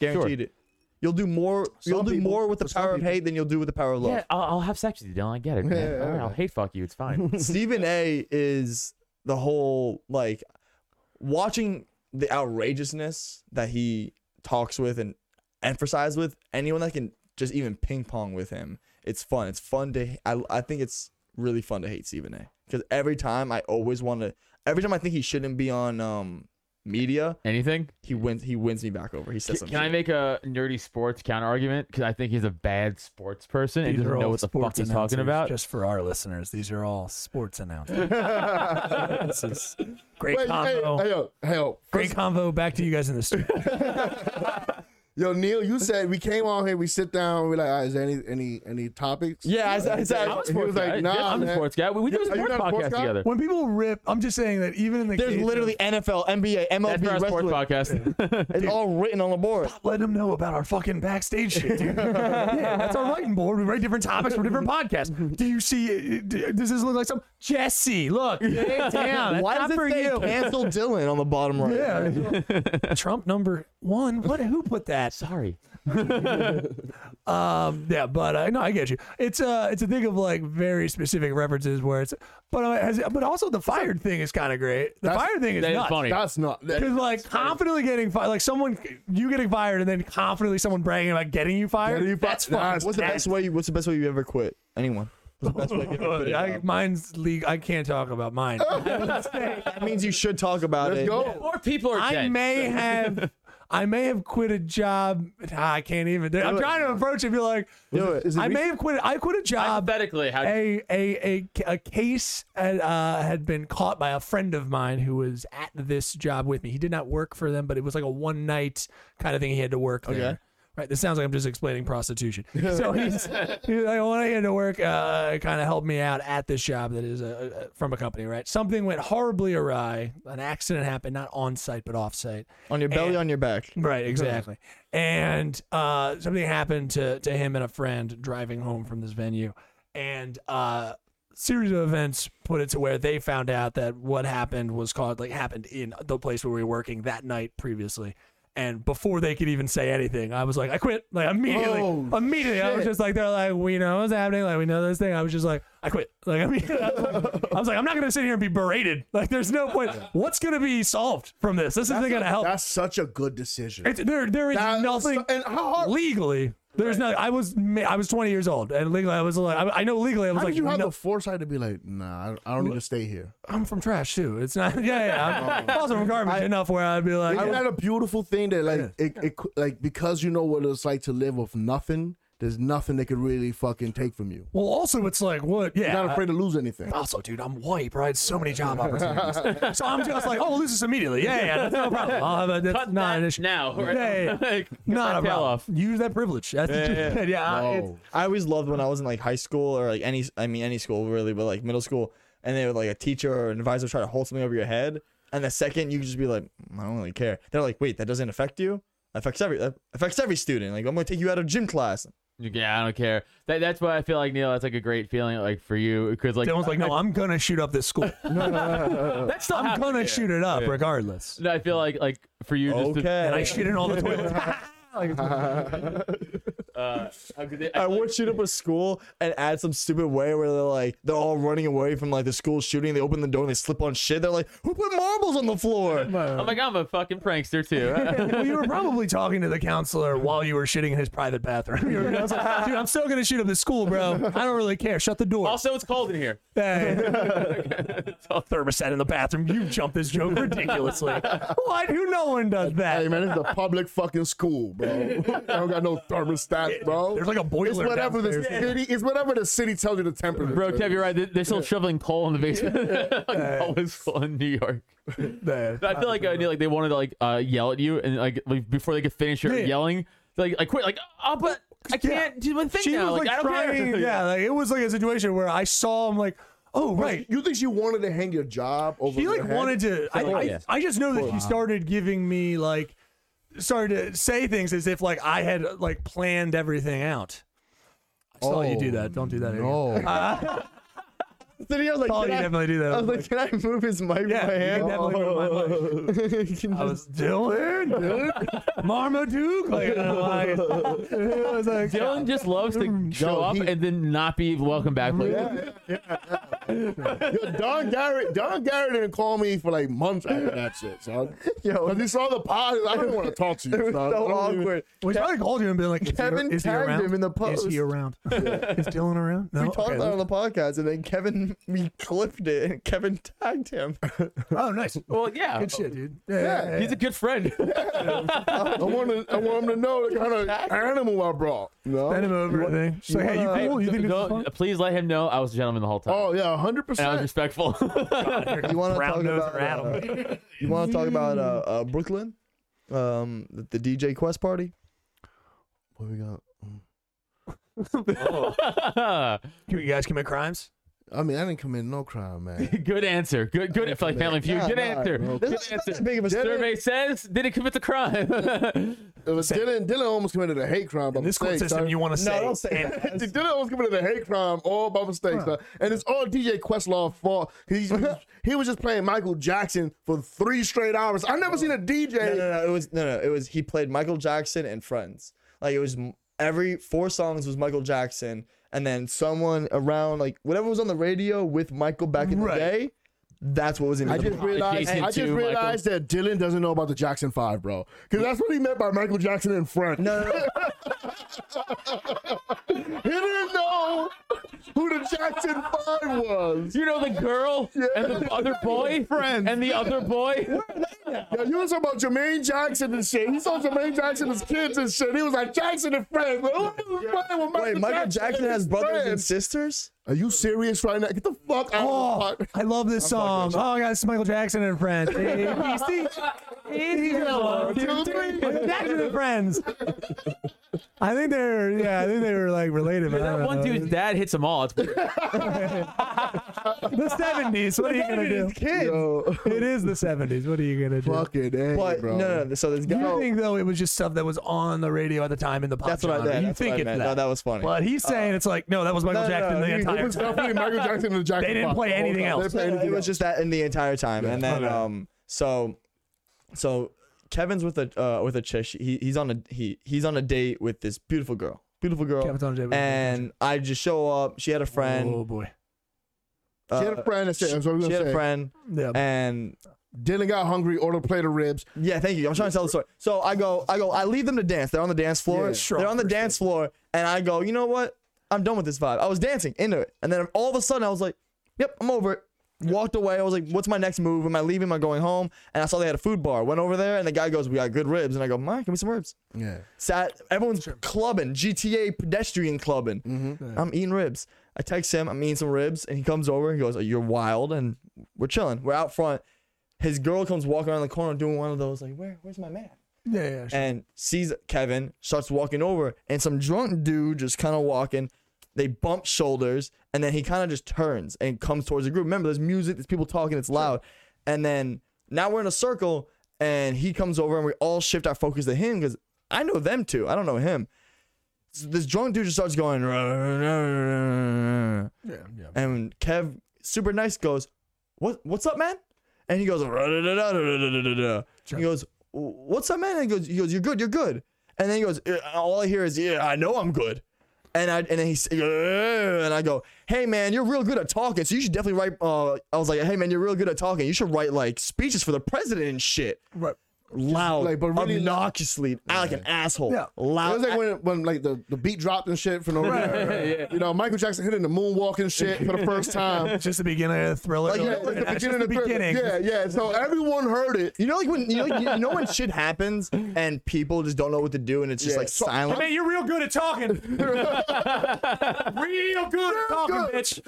D: Guaranteed it. You'll do more. you'll do
F: people-
D: more with the
F: for some
D: power of
F: people.
D: hate than you'll do with the power of love.
C: yeah, I'll, I'll have sex with you, Dylan. I get it. Man.
F: Yeah,
C: All right,
F: yeah.
C: I'll hate fuck you. It's fine.
D: Stephen A. is the whole like watching the outrageousness that he talks with and emphasizes with anyone that can just even ping pong with him. It's fun. It's fun to. I I think it's really fun to hate Stephen A. Because every time I always want to. Every time I think he shouldn't be on um media,
C: Anything?
D: he wins. He wins me back over. He says
C: Can,
D: something.
C: can I make a nerdy sports counter argument? Because I think he's a bad sports person and
B: These
C: doesn't
B: are
C: know
B: all
C: what the fuck
B: sports
C: he's talking
B: announcers,
C: about.
B: Just for our listeners, these are all sports announcers. this is great
F: Wait,
B: convo.
F: hey, hey, yo, hey, yo,
B: great convo. Back to you guys in the studio.
F: yo, Neil, you said we came on here, we sit down, we're like, all right, is there any any any topics?
D: yeah, I, I, I,
F: I'm a
C: I'm a
F: He was
C: sports
F: like,
C: guy.
F: "Nah,
C: Yeah, I'm a
F: man."
C: sports guy. We, we do a
F: You're- are you
C: sports
F: not a sports
C: podcast
F: guy?
C: together.
B: when people rip, I'm just saying that even in the
D: there's
B: case
D: literally NFL, NBA,
C: That's
D: MLB,
C: our sports
D: wrestling.
C: podcast.
D: It's all written on the board.
B: of letting them know about our fucking backstage shit, dude. yeah, that's our writing board. We write different topics for different podcasts. Do you see? Does this look like some Jesse? Look, damn, that's
D: Why
B: not
D: does it
B: for
D: say
B: you.
D: cancel Dylan on the bottom right?
B: Yeah. Trump number one. What? Who put that?
C: Sorry.
B: Um. Yeah. But I uh, know I get you. It's uh. It's a thing of like very specific references where it's. But uh, has, but also the fired thing is kind of great. The
F: That's-
B: fired thing is
C: That is
B: nuts.
C: funny.
F: that's not. That,
B: Because like confidently getting fired, like someone you getting fired, and then confidently someone bragging about getting you fired.
F: Getting you fi-
B: that's fucking.
F: That's-
D: What's the best
B: nuts.
D: way? What's the best way you ever quit? Anyone? That's what I give it, put it
B: I,
D: up.
B: mine's league. I can't talk about mine.
D: That means you should talk about
F: Let's
D: it.
F: go.
C: More people are
B: I
C: dead.
B: may have. I may have quit a job. Nah, I can't even. I'm
D: it.
B: trying to approach it and be like,
F: Do it. Is it
B: I may have quit. I quit a job.
C: Hypothetically, how
B: A a a, a case had, uh, had been caught by a friend of mine who was at this job with me. He did not work for them, but it was like a one night kind of thing. He had to work okay. there. Right. This sounds like I'm just explaining prostitution. so he's, he's like, when I had to work, uh, kind of helped me out at this job that is uh, uh, from a company. Right. Something went horribly awry. An accident happened, not on site but off site.
D: On your belly,
B: And-
D: on your back.
B: Right, exactly. And uh, something happened to, to him and a friend driving home from this venue. And uh, series of events put it to where they found out that what happened was called, like, happened in the place where we were working that night previously. And before they could even say anything, I was like, I quit. Like, immediately.
F: Oh,
B: immediately. I was
F: shit.
B: just like, they're like, we know what's happening. Like, we know this thing. I was just like, I quit. Like, I mean, I was like, I'm not going to sit here and be berated. Like, there's no point. What's going to be solved from this? This isn't going to help.
F: That's such a good decision.
B: It's, there, there is
F: That's
B: nothing
F: so- and how hard?
B: legally. There's no. I was, ma- I was 20 years old, and legally, I was like, I, I know legally, I was
F: How
B: like,
F: did you have
B: no,
F: the foresight to be like, nah, I don't- I don't need to stay here?
B: I'm from trash too. It's not. Yeah, yeah. I'm
F: Oh.
B: also from garbage enough where I'd be like,
F: Isn't that a beautiful thing that like it, it like because you know what it's like to live with nothing, there's nothing they could really fucking take from you.
B: well, also, it's like, what?
F: You're
B: Yeah.
F: not afraid to lose anything.
B: also, dude, I'm white, right? So many job opportunities. so I'm just like, oh, we'll lose this immediately. Yeah, yeah, that's no problem. I'll have a, that's
C: cut
B: not
C: that
B: an issue.
C: now? Right?
B: Yeah, yeah,
C: Like, cut
B: Not
C: that
B: a
C: tail
B: problem.
C: off.
B: Use that privilege. That's yeah, yeah. it's-
F: Oh,
D: I always loved when I was in like high school or like any, I mean, any school really, but like middle school, and they would like a teacher or an advisor try to hold something over your head. And the second you could just be like, "Mm, I don't really care. They're like, wait, that doesn't affect you? That affects every, that affects every student. Like, I'm going to take you out of gym class.
C: Yeah, I don't care. That, that's why I feel like Neil. That's like a great feeling, like for you, because like
B: Dylan's like, no, I'm gonna shoot up this school.
C: that's not
B: I'm gonna shoot it up regardless.
C: No, I feel like like for you. Just to,
D: Okay.
B: And I shit in all the toilets.
C: uh, how could they-
D: I would shoot up a school and add some stupid way where they're like they're all running away from like the school shooting. They open the door and they slip on shit. They're like, who put marbles on the floor?
C: I'm like, I'm a fucking prankster too.
B: well, you were probably talking to the counselor while you were shitting in his private bathroom. You were- I was like, Dude, I'm still gonna shoot up this school, bro. I don't really care. Shut the door.
C: also, it's cold in here.
B: Hey. a thermostat in the bathroom. You jumped this joke ridiculously. what? Who? No one does
F: hey
B: that.
F: man, it's a public fucking school, bro. I don't got no thermostat, bro.
B: There's like a boiler
F: It's whatever the
B: downstairs.
F: city. It's whatever the city tells you the temperature.
C: Bro,
F: is.
C: Kev, you're right. They're, they're still shoveling coal in the basement. like, always coal in New York.
B: Nah.
C: I feel like I knew, like they wanted to like uh, yell at you, and like, like before they could finish your
B: Yeah.
C: yelling, like I quit. Like, oh, but I can't do my thing
B: She
C: now.
B: was like,
C: I don't
B: trying.
C: care.
B: Yeah, like it was like a situation where I saw him like, oh right,
F: You think she wanted to hang your job over?
B: He like
F: your head?
B: wanted to. I, I,
D: yeah.
B: I just know that he started giving me like started to say things as if like I had like planned everything out. I saw you do that. Don't do
D: Oh,
B: that. again.
F: No.
D: Then he was like,
B: Oh, you
D: "Can I-"
B: definitely do that.
D: I was like, can I move his mic
B: yeah,
D: with my
B: you
D: hand?
B: can definitely move my mic.
D: Can
B: I
D: you-
B: was Dylan, Dylan, Marmaduke. Like, I, don't know why. I was like,
C: Dylan just loves to show
F: Yo,
C: up
F: he-
C: and then not be welcome back. Like,
F: Yo, Don Garrett, Don Garrett didn't call me for like months after that shit, son.
D: Yo.
F: Yo, he saw the pod. I didn't want to talk to you.
D: It was
F: son. I
D: so
F: don't even-
D: awkward.
B: We probably called you and been like, is he-
D: Kevin
B: is he,
D: tagged
B: around?
D: him in the
B: Is
D: post.
B: he around? Is Dylan around? No.
D: We
F: Oh,
D: talked
B: Okay,
D: about it on the podcast, and then Kevin we clipped it, and Kevin tagged him.
B: Oh, nice.
C: well, yeah,
B: Good shit, dude. Yeah, yeah, yeah.
C: he's a good friend.
F: I want to. I want him to know the kind of animal I brought. You know?
B: Send him over. I think. She's like, hey, you cool? You think this is
C: Don't-
B: fun?
C: please let him know I was a gentleman the whole time.
F: Oh yeah, hundred
C: and I was
F: percent.
C: respectful.
D: You want to talk
B: Brown nose
D: about?
B: or Adam?
D: uh, you want to talk about uh, uh, Brooklyn, um, the, the DJ Quest party?
F: What we got?
B: Can you guys commit crimes?
F: I mean, I didn't commit no crime, man.
C: good answer. Good, good. For like Family Feud.
D: Yeah,
C: good
D: no,
C: answer.
F: bro.
D: This
C: Good
D: is not
C: answer.
D: that big of a
F: Did it?
C: Survey
D: survey.
C: says did it commit the crime?
F: It was Dylan. Dylan almost committed a hate crime by
B: In this court
F: mistake.
B: system,
F: son.
B: you want to
D: No,
B: say?
D: don't say
B: and-
D: that.
F: Dylan almost committed a hate crime all by mistake, son. and it's all DJ Questlaw's fault. He, he was just playing Michael Jackson for three straight hours. I never seen a DJ
D: No, no, no. It was no, no. It was he played Michael Jackson and Friends. Like it was m- every four songs was Michael Jackson, and then someone around like whatever was on the radio with Michael back in
B: Right.
D: the day. That's what was in.
F: I
D: the
F: just realized,
C: Jason
F: I just
C: too,
F: realized that Dylan doesn't know about the Jackson Five, bro. Because that's what he meant by Michael Jackson in front.
D: no, no, no.
F: He didn't know who the Jackson Jackson 5 was.
C: You know the girl and the other boy,
D: Friends.
C: and the other boy.
F: Yo, you was talking about Jermaine Jackson and shit. He saw Jermaine Jackson as kids and shit. He was like, Jackson and friends. Like, who the fuck was Michael
D: Wait, Michael Jackson
F: and
D: has
F: his
D: brothers and
F: friends?
D: sisters?
F: Are you serious right now? Get the fuck out
B: Oh,
F: of the pod.
B: I love this song. Oh, I got it's Michael Jackson and Friends. ABC.
F: One, two, three.
B: Michael Jackson and Friends. I think they're yeah, I think they were like related. But I
C: That
B: don't
C: one
B: know.
C: dude's dad hits them all. It's weird.
B: the seventies. What are you gonna do?
F: Yo,
B: It is the seventies. What are you gonna do?
F: fucking A,
D: But
F: bro.
D: no, no, no. So this
B: You
D: guy.
B: think though it was just stuff that was on the radio at the time in the pop
D: that's what I
B: genre.
D: did.
B: You
D: That's
B: think
D: what I
B: it's
D: meant.
B: that.
D: No, that was funny.
B: But he's saying it's like no, that was Michael
D: no,
B: Jackson
D: no,
B: the
D: he- he
B: entire
F: It was
B: time.
F: definitely Michael Jackson and the Jackson
B: They didn't
F: Five.
B: play
F: The whole
B: anything
F: time. They
B: else.
F: played
D: No,
F: anything
D: it was just that in the entire time, and then
B: Okay.
D: um, so, so Kevin's with a uh, with a chick. She- He, he's on a he he's on a date with this beautiful girl, beautiful girl,
B: Kevin's on a date with a
D: and I just show up. She had a
B: oh
D: friend.
B: boy,
D: uh,
F: She had a friend. That's it. That's what I was
D: She
F: gonna
D: had a
F: say.
D: friend,
B: yeah.
D: and
F: Dylan got hungry, ordered a plate of ribs.
D: yeah, thank you. I'm trying to tell the story. So I go, I go, I leave them to dance. They're on the dance floor.
F: Yeah.
B: Sure,
D: They're on the
B: for
D: dance floor, and I go, you know what? I'm done with this vibe. I was dancing into it, and then all of a sudden I was like, yep, I'm over it. Walked away. I was like, what's my next move? Am I leaving? Am I going home? And I saw they had a food bar. Went over there, and the guy goes, we got good ribs. And I go, Mike, give me some ribs.
F: Yeah.
D: Sat. Everyone's clubbing, GTA pedestrian clubbing.
B: Mm-hmm.
D: I'm eating ribs. I text him, I'm eating some ribs, and he comes over and he goes, You're wild. And we're chilling. We're out front. His girl comes walking around the corner doing one of those, like, Where, Where's my man?
B: yeah, yeah, sure.
D: And sees Kevin, starts walking over, and some drunk dude just kind of walking. They bump shoulders, and then he kind of just turns and comes towards the group. Remember, there's music, there's people talking, it's loud. And then now we're in a circle, and he comes over, and we all shift our focus to him because I know them too. I don't know him. So this drunk dude just starts going,
F: Yeah. Yeah.
D: and Kev, super nice, goes, "What? What's up, man?" And he goes, "Ra-da-da-da-da-da-da-da-da." he goes, "What's up, man?" And he goes, "He goes, you're good, you're good." And then he goes, "Yeah," "All I hear is, yeah, I know I'm good." And I and then he s- and I go, "Hey, man, you're real good at talking, so you should definitely write." Uh, I was like, "Hey, man, you're real good at talking. You should write like speeches for the president and shit."
B: Right.
D: Loud,
F: like, but really-
D: obnoxiously, like an asshole.
B: Yeah.
F: It
D: Loud.
F: was like when, when like the, the beat dropped and shit for no reason. You know, Michael Jackson hitting the moonwalk and shit for the first time.
B: It's just the beginning of the thriller.
F: Like, yeah, like the
B: It's just
F: beginning of the
B: beginning.
F: Yeah, yeah. So everyone heard it.
D: You know, like when you know, you know when shit happens and people just don't know what to do, and it's just
F: Yeah.
D: like
F: So-
D: silent.
B: Man, you're real good at talking. real good at talking,
F: good.
B: bitch.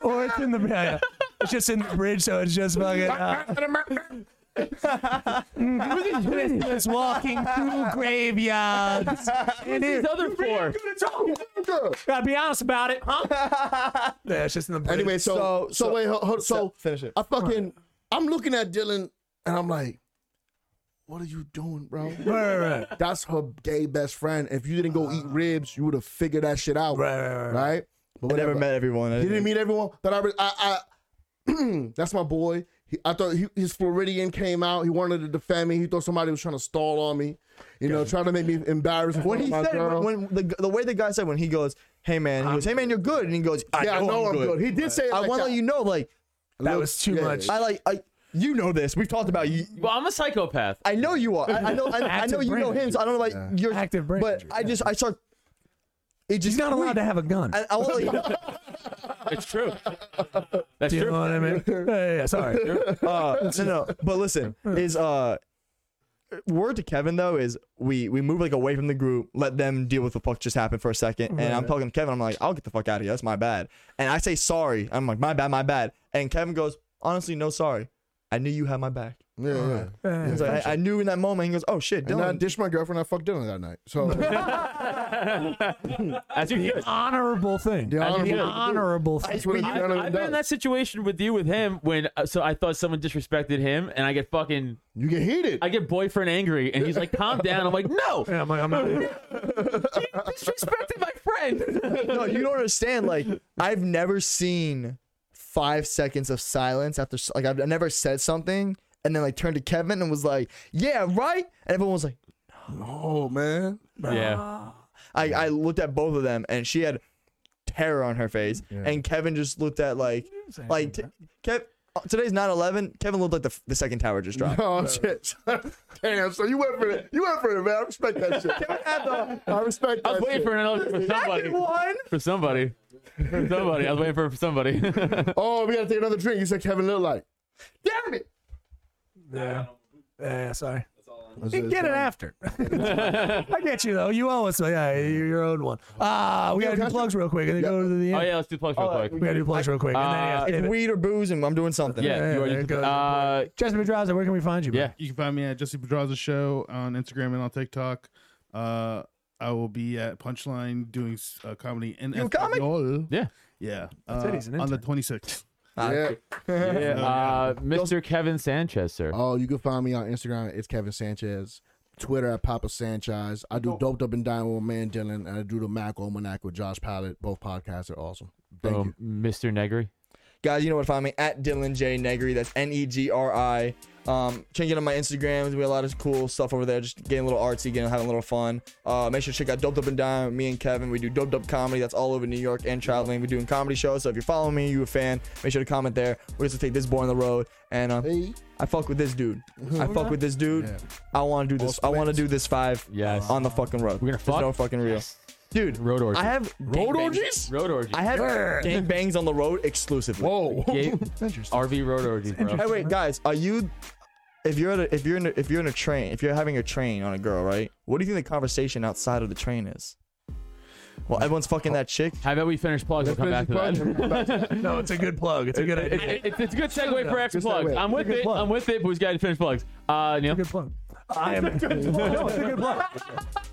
B: Or it's in the yeah, yeah. It's just in the bridge, so it's just fucking. Uh, it's walking through graveyards. And
C: These other four.
B: Gotta be honest about it, huh? yeah, it's just in the bridge.
F: Anyway, so so,
D: So- so-
F: wait, hold, hold, so
D: finish it.
F: I fucking I'm looking at Dylan and I'm like, what are you doing, bro?
B: Right, right, right.
F: That's her gay best friend. If you didn't go eat ribs, you would have figured that shit out,
B: Right, right, right, right.
F: Ah. Right? But
D: I never
F: whatever.
D: met everyone. I
F: You didn't
D: didn't-
F: meet everyone, but I, re- I, I that's my boy. He, I thought he, his Floridian came out. He wanted to defend me. He thought somebody was trying to stall on me, you know, trying to make me embarrassed. in
D: When
F: front
D: he
F: of my
D: said,
F: girl.
D: when the, the way the guy said, when he goes, "Hey man," he goes, "Hey man, you're good," and he goes, "I
F: yeah, I know I'm good. He did say, it
D: I
F: like
D: want to let you know, like,
B: That was too
F: Yeah.
B: much.
D: I like, I, you know this. We've talked about you.
C: Well, I'm a psychopath.
D: I know you are. I, I know. I, I know
B: Active
D: you
B: brain
D: know him. So I don't know, like you're
B: Active brain
D: But
B: injury,
D: I just, I start. It just
B: He's not allowed to have a gun.
D: I, I want to let you know.
C: It's true. That's
B: Do you
C: true.
B: know what I mean? Yeah, yeah, yeah, sorry.
D: uh, no, no. But listen, is uh, word to Kevin though is we we move like away from the group, let them deal with the fuck just happened for a second. And I'm talking to Kevin. I'm like, I'll get the fuck out of here. That's my bad. And I say sorry. I'm like, my bad, my bad. And Kevin goes, honestly, no sorry. I knew you had my back.
F: Yeah, yeah.
B: Yeah.
D: He's like, I, I knew in that moment. He goes, oh shit,
F: And I
D: Dylan.
F: ditched my girlfriend. I fucked Dylan that night. So yeah,
C: As you should.
B: honorable thing.
F: the
C: did.
F: honorable,
B: honorable thing.
F: that's what
C: I,
F: Dylan
C: I've been in
F: does.
C: that situation with you with him when uh, so I thought someone disrespected him and I get fucking
F: You get heated.
C: I get boyfriend angry and he's like calm down I'm like no
B: Yeah, I'm like, I'm not.
C: disrespected my friend
D: no, you don't understand. Like, I've never seen five seconds of silence after, s- like, I've I've never said something and then, like, turned to Kevin and was like, yeah, right? And everyone was like,
F: oh man,
C: yeah
D: I, I looked at both of them and she had terror on her face and Kevin just looked at like like t- Kev uh, today's 9/11 Kevin looked like the, f- the second tower just dropped.
F: oh shit, damn. So you went for it. You went for it, man. I respect that shit. I respect that.
C: I was waiting
F: shit.
C: for another for somebody
D: One.
C: for somebody somebody. I was waiting for somebody.
F: Oh, we gotta take another drink. You said Kevin looked like. Damn it!
B: Yeah. Yeah, sorry.
F: That's
B: You
F: it,
B: can get it
F: it's fine.
B: after. I get you though. You owe us. Yeah, you're your own one. Ah, we
F: Yeah,
B: gotta do
F: gotcha.
B: plugs real quick and then
F: Yeah.
B: go to the
C: oh
B: end.
C: yeah, let's do plugs real quick.
B: We gotta do plugs real quick. and then,
C: Uh,
B: yeah, David.
D: Weed or booze, and I'm doing something.
C: Yeah,
B: Yeah,
C: you already
B: there it
C: did-
B: goes.
C: uh,
B: Justin Pedraza, where can we find you? bro?
C: yeah.
E: You can find me at Jesse Pedraza Show on Instagram and on TikTok. Uh, I will be at Punchline doing uh, comedy in
D: You a comic?
E: Espanol.
C: Yeah.
E: Yeah.
B: it,
E: Uh,
B: he's an
E: on the 26th.
D: Ah,
F: Yeah.
C: Uh, Mr. Kevin Sanchez, sir.
F: Oh, you can find me on Instagram. It's Kevin Sanchez. Twitter at Papa Sanchez. I do Doped Up and Dying with my man Dylan, and I do the Mac Almanac with Josh Pallet. Both podcasts are awesome. Thank you.
C: Boom. Mr. Oh, Negri.
D: guys, you know where to find me at Dylan J Negri. That's N E G R I. Um, check it out my Instagrams. We have a lot of cool stuff over there. Just getting a little artsy, getting having a little fun. Uh, make sure to check out Doped Up and Down. Me and Kevin, we do Doped Up comedy. That's all over New York and traveling. We're doing comedy shows. So if you're following me, you a fan, make sure to comment there. We're just gonna take this boy on the road, and uh,
F: Hey. Mm-hmm.
D: I fuck with this dude. I fuck with this dude.
F: Yeah.
D: I want to do this. I want to do this five.
C: Yes.
D: On the fucking road.
C: We're gonna
D: It's
C: fuck?
D: no fucking real, dude.
C: Road orgy.
D: I have road orgies.
C: Road orgy.
D: I have gang bangs on the road exclusively.
F: Whoa.
C: Gay- RV road orgy, bro.
D: Hey, wait, guys, are you? If you're at a, if you're in a, if you're in a train, if you're having a train on a girl, right? What do you think the conversation outside of the train is? Well, everyone's fucking that chick.
C: How about we finish plugs? We'll come back to that.
B: No, it's a good plug. It's a good idea.
C: It- It's, it's a good segue for after
F: Good
C: plugs.
F: segue.
C: I'm with it. I'm with it, but we just got to finish plugs. Uh, Neil.
B: Good plug. I am. no, it's a good plug.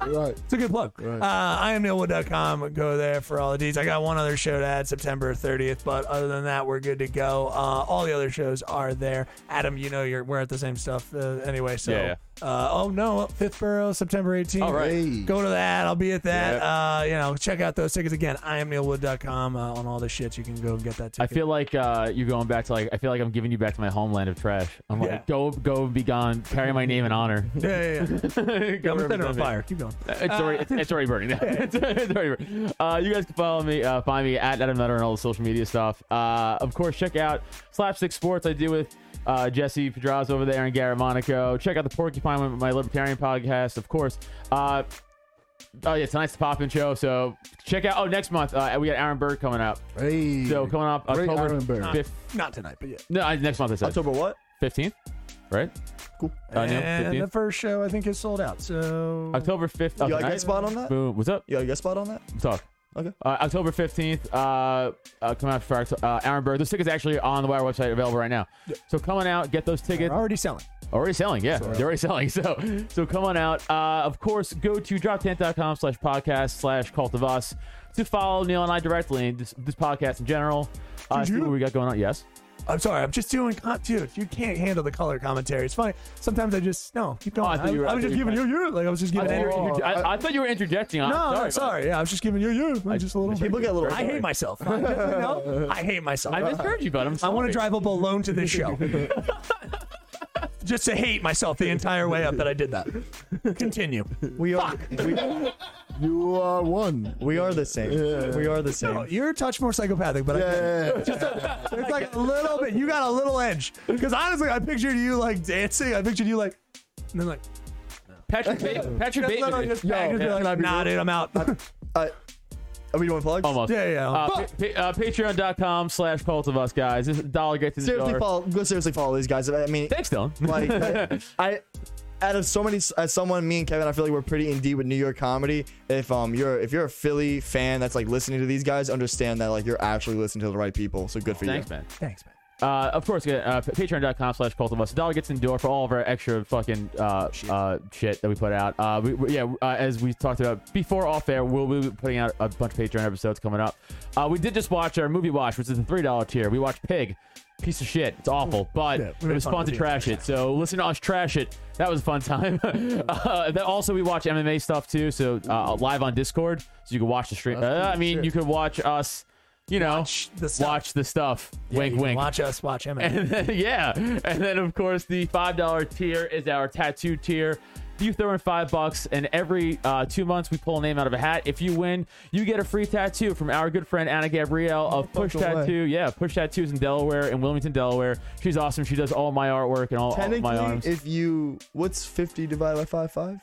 F: Right.
B: It's a good plug. Uh, I am neilwood.com. Go there for all the deeds. I got one other show to add September 30th, but other than that, we're good to go. Uh, all the other shows are there. Adam, you know you're we're at the same stuff uh, anyway. So,
C: Yeah,
B: Uh, oh no, Fifth Borough, September 18th.
C: All right.
F: Hey.
B: Go to that. I'll be at that. Uh, you know, check out those tickets again. I am neilwood.com uh, on all the shit. You can go and get that ticket.
C: I feel like uh, you're going back to like I feel like I'm giving you back to my homeland of trash. I'm
B: Yeah.
C: like go go be gone, carry my name and honor.
B: yeah, yeah, yeah.
C: Go
B: I'm
C: represent
B: setting on
C: me.
B: fire. Keep going.
C: Uh, It's already it's, it's already burning. it's, it's already burning. Uh, you guys can follow me, uh, find me at Adam Nutter and all the social media stuff. Uh, of course, check out Slapstick Sports. I do with uh, Jesse Pedraza over there and Garrett Monaco. Check out the Porcupine, Women, my libertarian podcast, of course. Uh, oh yeah, tonight's the Poppin' Show. So check out. Oh, next month uh, we got Aaron Berg coming up.
F: Hey.
D: Mm-hmm.
C: So coming up
F: Great
C: October
F: Aaron Burr.
C: fifth.
B: Not tonight, but yeah.
C: No, I- next month I said
D: October what?
C: fifteenth, right? Cool. Uh, Neil,
B: and
C: 15th?
B: the first show I think is sold out. So
C: October fifth. oh,
D: You got a guest spot on that?
C: Boom. What's up?
D: You got a guest spot on that?
C: talk.
D: Okay.
C: Uh, October 15th, uh, uh, come out for Oct- uh, Aaron Burr. Those tickets actually are on the Wire website available right now. So come on out, get those tickets.
B: they're already selling.
C: Already selling, yeah. They're already selling. So so come on out. Uh, of course, go to droptent.com slash podcast slash cult of us to follow Neil and I directly and this, this podcast in general. Uh, see what we got going on. Yes.
B: I'm sorry. I'm just doing, con- dude. You can't handle the color commentary. It's funny. Sometimes I just no. Keep going.
C: Oh, I thought
B: I,
C: you were-
B: I
C: I
B: was
C: thought
B: just
C: you were
B: giving you you. Like I was just
C: I,
B: giving.
C: thought you
B: you-
C: were- Oh. I, I thought you were interjecting.
B: no,
C: I'm
B: no,
C: sorry.
B: sorry.
C: about
B: Yeah, I was just giving you you. I'm just a little.
D: People get a little.
B: I hate myself. I, no, I hate myself.
C: that. I
B: I,
C: misheard you, but I'm
B: want to
C: sorry.
B: drive up alone to this show. just to hate myself the entire way up that I did that. Continue.
D: We are we,
F: You are one.
D: we are the same. We are the same.
B: You're a touch more psychopathic, but I
F: Yeah.
B: It's like a little bit. You got a little edge. Because honestly, I pictured you like dancing. I pictured you like, and then like,
C: Patrick Bateman. Patrick
B: just literally
C: Bateman.
B: just, back, just be
C: yeah.
B: like, nah, dude, I'm out.
D: Are we doing plugs?
C: Almost.
B: yeah, yeah.
C: Uh, pa- pa- uh, Patreon.com slash cult of us, guys. This is dollar gets to the
D: Seriously,
C: dollar.
D: follow. Go seriously follow these guys. I mean,
C: Thanks, Dylan.
D: like I, I- out of so many as someone me and kevin i feel like we're pretty in deep with new york comedy if um you're if you're a philly fan that's like listening to these guys understand that like you're actually listening to the right people so good for
C: Thanks,
D: you
C: man.
B: Thanks, man.
C: Uh, of course, uh, patreon.com slash cult of us. A dollar gets in the door for all of our extra fucking uh, shit. Uh, shit that we put out. Uh, we, we- yeah, uh, as we talked about before off air, we'll be putting out a bunch of Patreon episodes coming up. Uh, we did just watch our movie watch, which is the $3 tier. We watched Pig. Piece of shit. It's awful, but
B: Mm. Yeah,
C: it
B: we had
C: was
B: fun
C: fun
B: with
C: to
B: it.
C: trash it. So listen to us trash it. That was a fun time. uh, that also, we watch MMA stuff too. So uh, live on Discord, so you can watch the stream. Uh, I mean, you could watch us. You know,
B: Watch the stuff.
C: watch the stuff. wink,
B: You can
C: wink.
B: Watch us, watch him.
C: And then- yeah. And then of course the five dollar tier is our tattoo tier. You throw in five bucks, and every uh, two months we pull a name out of a hat. If you win, you get a free tattoo from our good friend Anna Gabrielle of Push
D: fucking way.
C: Tattoo. Yeah, Push Tattoos in Delaware, in Wilmington, Delaware. She's awesome. She does all my artwork and all, all of my
D: technically
C: arms.
D: if you what's 50 divided by 5 5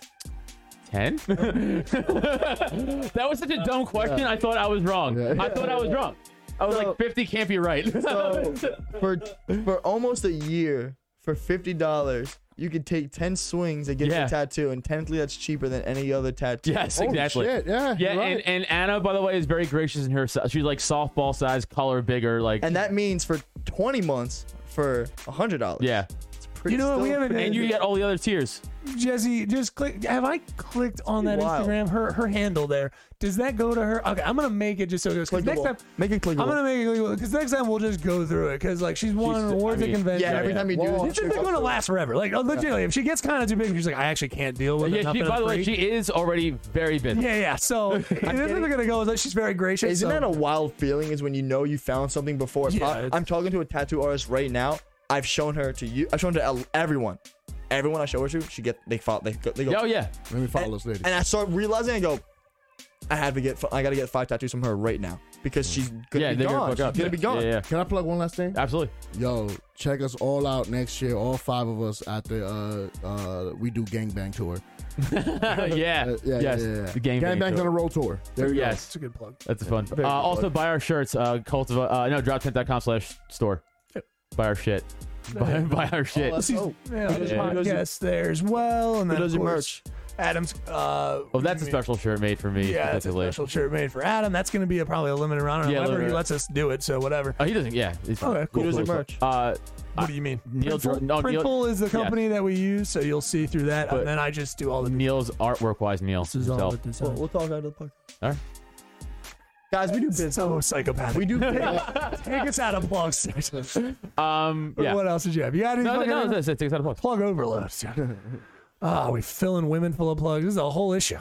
C: ten? that was such a dumb question. I thought I was wrong.
F: Yeah.
C: I thought I was wrong. I was
D: So-
C: like, fifty can't be right.
D: So for for almost a year, for fifty dollars, you could take ten swings and get
C: Yeah.
D: your tattoo, and technically that's cheaper than any other tattoo.
C: yes,
F: Holy
C: exactly.
F: shit, yeah,
C: Yeah,
F: you're right.
C: and, and Anna, by the way, is very gracious in her. si- She's like softball size, color bigger, like
D: And that means for twenty months for hundred dollars.
C: yeah.
D: Pretty
B: You know what, we
D: still
B: haven't-
D: fair.
C: And you get all the other tiers.
B: Jesse, just click. Have I clicked on that
D: Wild.
B: Instagram? Her her handle there. Does that go to her? Okay, I'm gonna make it just so it goes. 'cause next
D: Clickable.
B: time,
D: Make it clickable.
B: I'm gonna make it because next time we'll just go through it because like she's won
C: She's-
B: an
C: I
B: awards
C: mean,
B: at convention.
D: yeah, every time you do
F: Whoa.
D: this,
B: This is going to last forever. Like legitimately, if she gets kind of too big, she's like, I actually can't deal with it.
C: Yeah,
B: not
C: she,
B: that
C: by
B: I'm
C: the way,
B: free.
C: she is already very busy.
B: Yeah, yeah. So this is
D: kidding.
B: going to go. Is that she's very gracious.
D: Isn't
B: so-
D: that a wild feeling? Is when you know you found something before. it
B: Yeah,
D: pop-
B: it's-
D: I'm talking to a tattoo artist right now. I've shown her to you. I've shown to el- everyone. Everyone I show her to, she get they follow. They go. They go
C: Oh yeah.
F: Let me follow this lady.
D: And I start realizing, I go, I have to get, fi- I gotta get five tattoos from her right now because she's gonna
C: Yeah,
D: be
C: they're
D: gone.
C: gonna fuck
D: she's
C: up.
D: gonna be gone.
C: Yeah, yeah,
F: Can I plug one last thing?
C: yeah. absolutely.
F: Yo, check us all out next year, all five of us at the uh uh we do gangbang tour.
C: yeah.
F: Uh, yeah,
C: yes.
F: yeah, yeah, yeah.
C: The game.
F: Gangbang's
C: tour.
F: on the road tour. There you
C: Yes.
B: That's a good plug.
C: That's fun. Uh, also, buy our shirts. Uh, cult of uh, no droptent.com slash store. Buy our shit. Buy, buy our shit.
F: go. Oh,
B: Yeah, there's
C: Yeah.
B: podcasts there as well, and then
D: does
B: of
D: your
B: course, Adam's. Uh,
C: oh, that's a special shirt made for me.
B: Yeah, that's a
C: specifically.
B: special shirt made for Adam. That's going to be a, probably a limited round.
C: Yeah,
B: Yeah, whatever, he
C: limited.
B: lets us do it. So whatever.
C: Oh, he doesn't. Yeah. He's,
B: Okay, cool.
D: Who does the merch?
C: Uh,
B: What do you mean?
C: Neil
B: Printful,
C: Jordan- no, Neil-
B: Printful is the
C: yeah.
B: company that we use, so you'll see through that.
C: But-
B: and then I just do all the.
C: Neil's artwork wise, Neil.
B: This is all
C: himself.
B: the design.
D: we'll talk out of the podcast.
C: All right.
D: Guys, we do business.
B: so psychopathic.
D: We do.
B: Take us out of plug section.
C: Um, yeah.
B: What else did you have? You got any
C: No, no,
B: fucking
C: no, that's it. Takes out
D: Uh,
C: a box.
B: plug overload? Ah, we filling women full of plugs. This is a whole issue.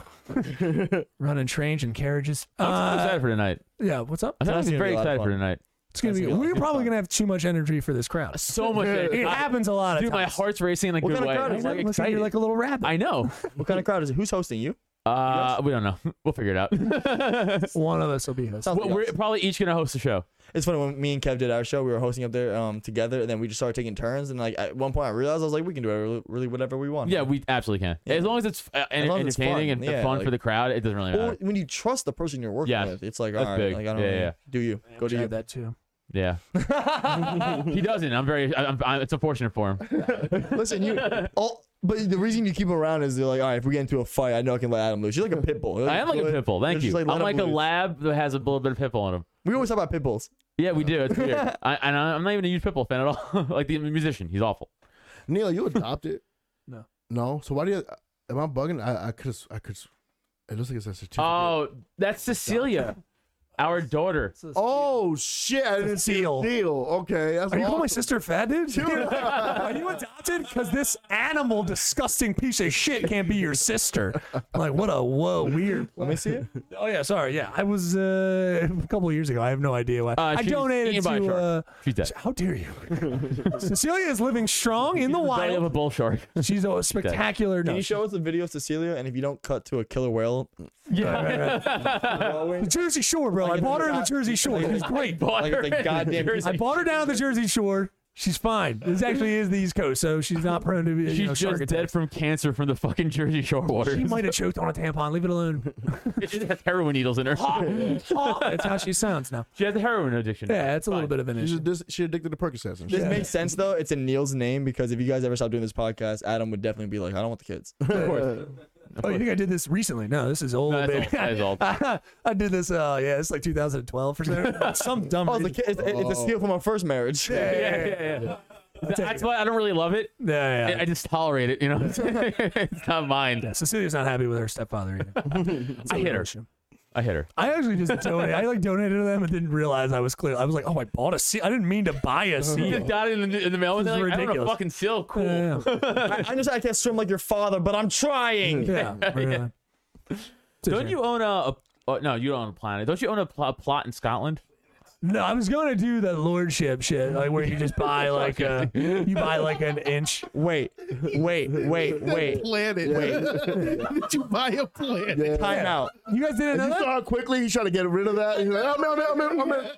B: Running trains and carriages.
C: I'm
B: Uh,
C: excited for tonight.
B: yeah, what's up?
C: I'm
D: that's gonna
C: very
D: be a lot of
C: excited for
D: fun.
C: tonight.
B: It's gonna be.
D: gonna be a lot
B: We're
D: of
B: probably gonna have too much energy for this crowd.
C: So much.
B: It happens a lot of
C: Dude, my
B: times.
C: heart's racing in a
D: What
C: good
D: kind of
C: way.
D: crowd
C: I'm
D: is
C: like
D: that?
B: Looks like
C: excited.
B: you're like a little rabbit.
C: I know.
D: what kind of crowd is it? Who's hosting you?
C: Uh, we don't know. We'll figure it out.
B: One of us will be host.
C: We're- We're probably each gonna host a show.
D: It's funny when me and Kev did our show. We were hosting up there um, together, and then we just started taking turns. And like at one point, I realized I was like, we can do really, really whatever we want.
C: Yeah, we absolutely can. As long as it's uh, enter-
D: long as it's
C: entertaining
D: fun,
C: and
D: yeah,
C: fun for
D: like-
C: the crowd, it doesn't really
D: Or
C: matter.
D: when you trust the person you're working
C: Yeah.
D: with, it's like, all
C: That's
D: right,
C: big.
D: like I don't
C: Yeah,
D: really-
C: yeah.
D: do you go to you.
B: that too.
C: Yeah. he doesn't. I'm very. I- I'm, I'm, it's unfortunate for him.
D: Listen, you all. But the reason you keep him around is they're like, all right, if we get into a fight, I know I can let Adam lose. You're like a pit bull. You're
C: I am like a
D: let-
C: pit bull. Thank
D: you're
C: you.
D: just let
C: I'm
D: him
C: like a
D: lose.
C: lab that has a little bit of pit bull in him.
D: We always talk about pit bulls.
C: Yeah, we do. It's weird. I, and I- I'm not even a huge pit bull fan at all. like the musician, he's awful.
F: Neil, you adopted?
B: No.
F: No. So why do you? Am I bugging? I I could I could. It looks like it's a certificate.
C: Oh, that's Cecilia, our daughter.
F: oh shit! I didn't see
B: Deal.
F: a deal. Okay. That's
B: Are you
F: awesome.
B: calling my sister fat, dude? Dude, Are you adopted? Because this animal, disgusting piece of shit, can't be your sister. Like, what a whoa, weird.
D: Let me see it.
B: Oh yeah, sorry. Yeah, I was uh, a couple of years ago. I have no idea why.
C: Uh,
B: I
C: she's
B: donated
C: eaten by a
B: to. Uh,
C: shark. She's dead.
B: how dare you? Cecilia is living strong in the
C: Belly of a
B: wild.
C: bull shark.
B: She's a spectacular.
D: Can
B: No,
D: you show us the video of Cecilia? And if you don't cut to a killer whale,
B: the Jersey Shore, bro. I
D: Like,
B: bought her in the
D: I-
B: Jersey Shore. It was great.
D: Like the goddamn piece
B: I bought her down at the Jersey Shore. She's fine. This actually is the East Coast, so she's not prone to be.
C: She's
B: you know, shark
C: just dead
B: attacks.
C: from cancer from the fucking Jersey Shore waters.
B: She might have choked on a tampon. Leave it alone.
C: she just has heroin needles in her.
B: That's how she sounds now.
C: she has a heroin addiction.
B: Yeah, it's a little bit of an
F: She's
B: issue.
F: just, she addicted to Percocets and shit.
D: this makes sense though. It's in Neil's name because if you guys ever stop doing this podcast, Adam would definitely be like, I don't want the kids.
B: Oh, you think I did this recently? No, this is old,
C: No, that's
B: baby.
C: old. That is old.
B: I did this. Uh, yeah, it's like 2012 or something. Some dumb.
D: oh, the
B: reason.
D: kid, it's, it's a steal from our first marriage.
B: Yeah, yeah,
C: yeah,
B: yeah.
C: yeah. yeah. That's why I don't really love it.
B: yeah, yeah.
C: I I just tolerate it, you know. it's not mine.
B: Cecilia's not happy with her stepfather. Either.
C: I hit her.
B: Issue.
C: I hit her.
B: I actually just donated. I like donated to them and didn't realize I was clear. I was like, oh, I bought a seat. I didn't mean to buy a
C: He
B: seat.
C: just got it in the, in the mail and
B: This
C: they're
B: is
C: like, I don't
B: ridiculous. Uh,
C: know, fucking seal. Cool.
B: Yeah,
D: I, I just I can't swim like your father, but I'm trying.
B: yeah, really.
C: Don't you own a, a- oh, no? You don't own a planet. Don't you own a, pl- a plot in Scotland?
B: No, I was gonna do the lordship shit, like where you just buy like a, you buy like an inch.
C: Wait, wait, wait, wait.
E: Planet. Did you buy a planet?
D: Time out.
B: You guys didn't know
F: You
B: that.
F: saw how quickly he's trying to get rid of that. He's like, I'm in, I'm in, I'm in, I'm in.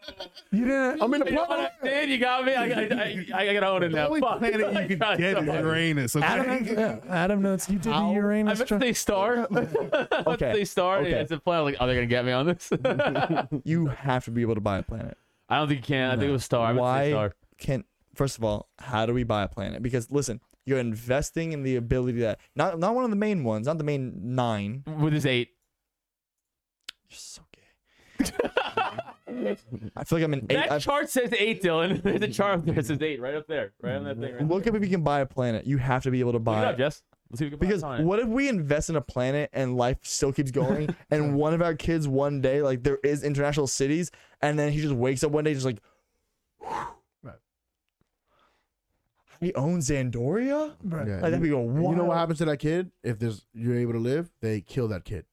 B: You didn't.
F: I'm in the
C: You know what I
F: planet.
C: did? You got me. I, I, I, I gotta own it
E: The
C: now.
E: only
C: Fuck.
E: planet you could
C: I tried
E: get
C: so
E: is
C: hard.
E: Uranus. Okay.
B: Adam, yeah, Oh, Adam notes you did the
C: I
B: Uranus.
C: meant
B: tri-
C: to say star. okay. They star.
D: Okay.
C: Yeah, it's a planet. Like, are they gonna get me on this? I
D: You have to be able to buy a planet.
C: don't think you can. I think it was star. I meant to say
D: Why
C: star.
D: can't? First of all, how do we buy a planet? Because listen, you're investing in the ability that not not one of the main ones, not the main nine.
C: With his eight.
D: You're so gay. I feel like I'm an eight.
C: That
D: I-
C: chart says eight, Dylan. There's a chart up there that says eight right up there. Right on that thing. Right there.
D: look up if you can buy a planet. You have to be able to
C: Look
D: buy.
C: it
D: it.
C: up, Jess. Let's see if we can find
D: Because
C: a planet.
D: what if we invest in a planet and life still keeps going, and one of our kids one day, like there is international cities, and then he just wakes up one day just like, he owns Zandoria.
F: Yeah.
D: Like that'd be a wild.
F: You know what happens to that kid if there's you're able to live? They kill that kid.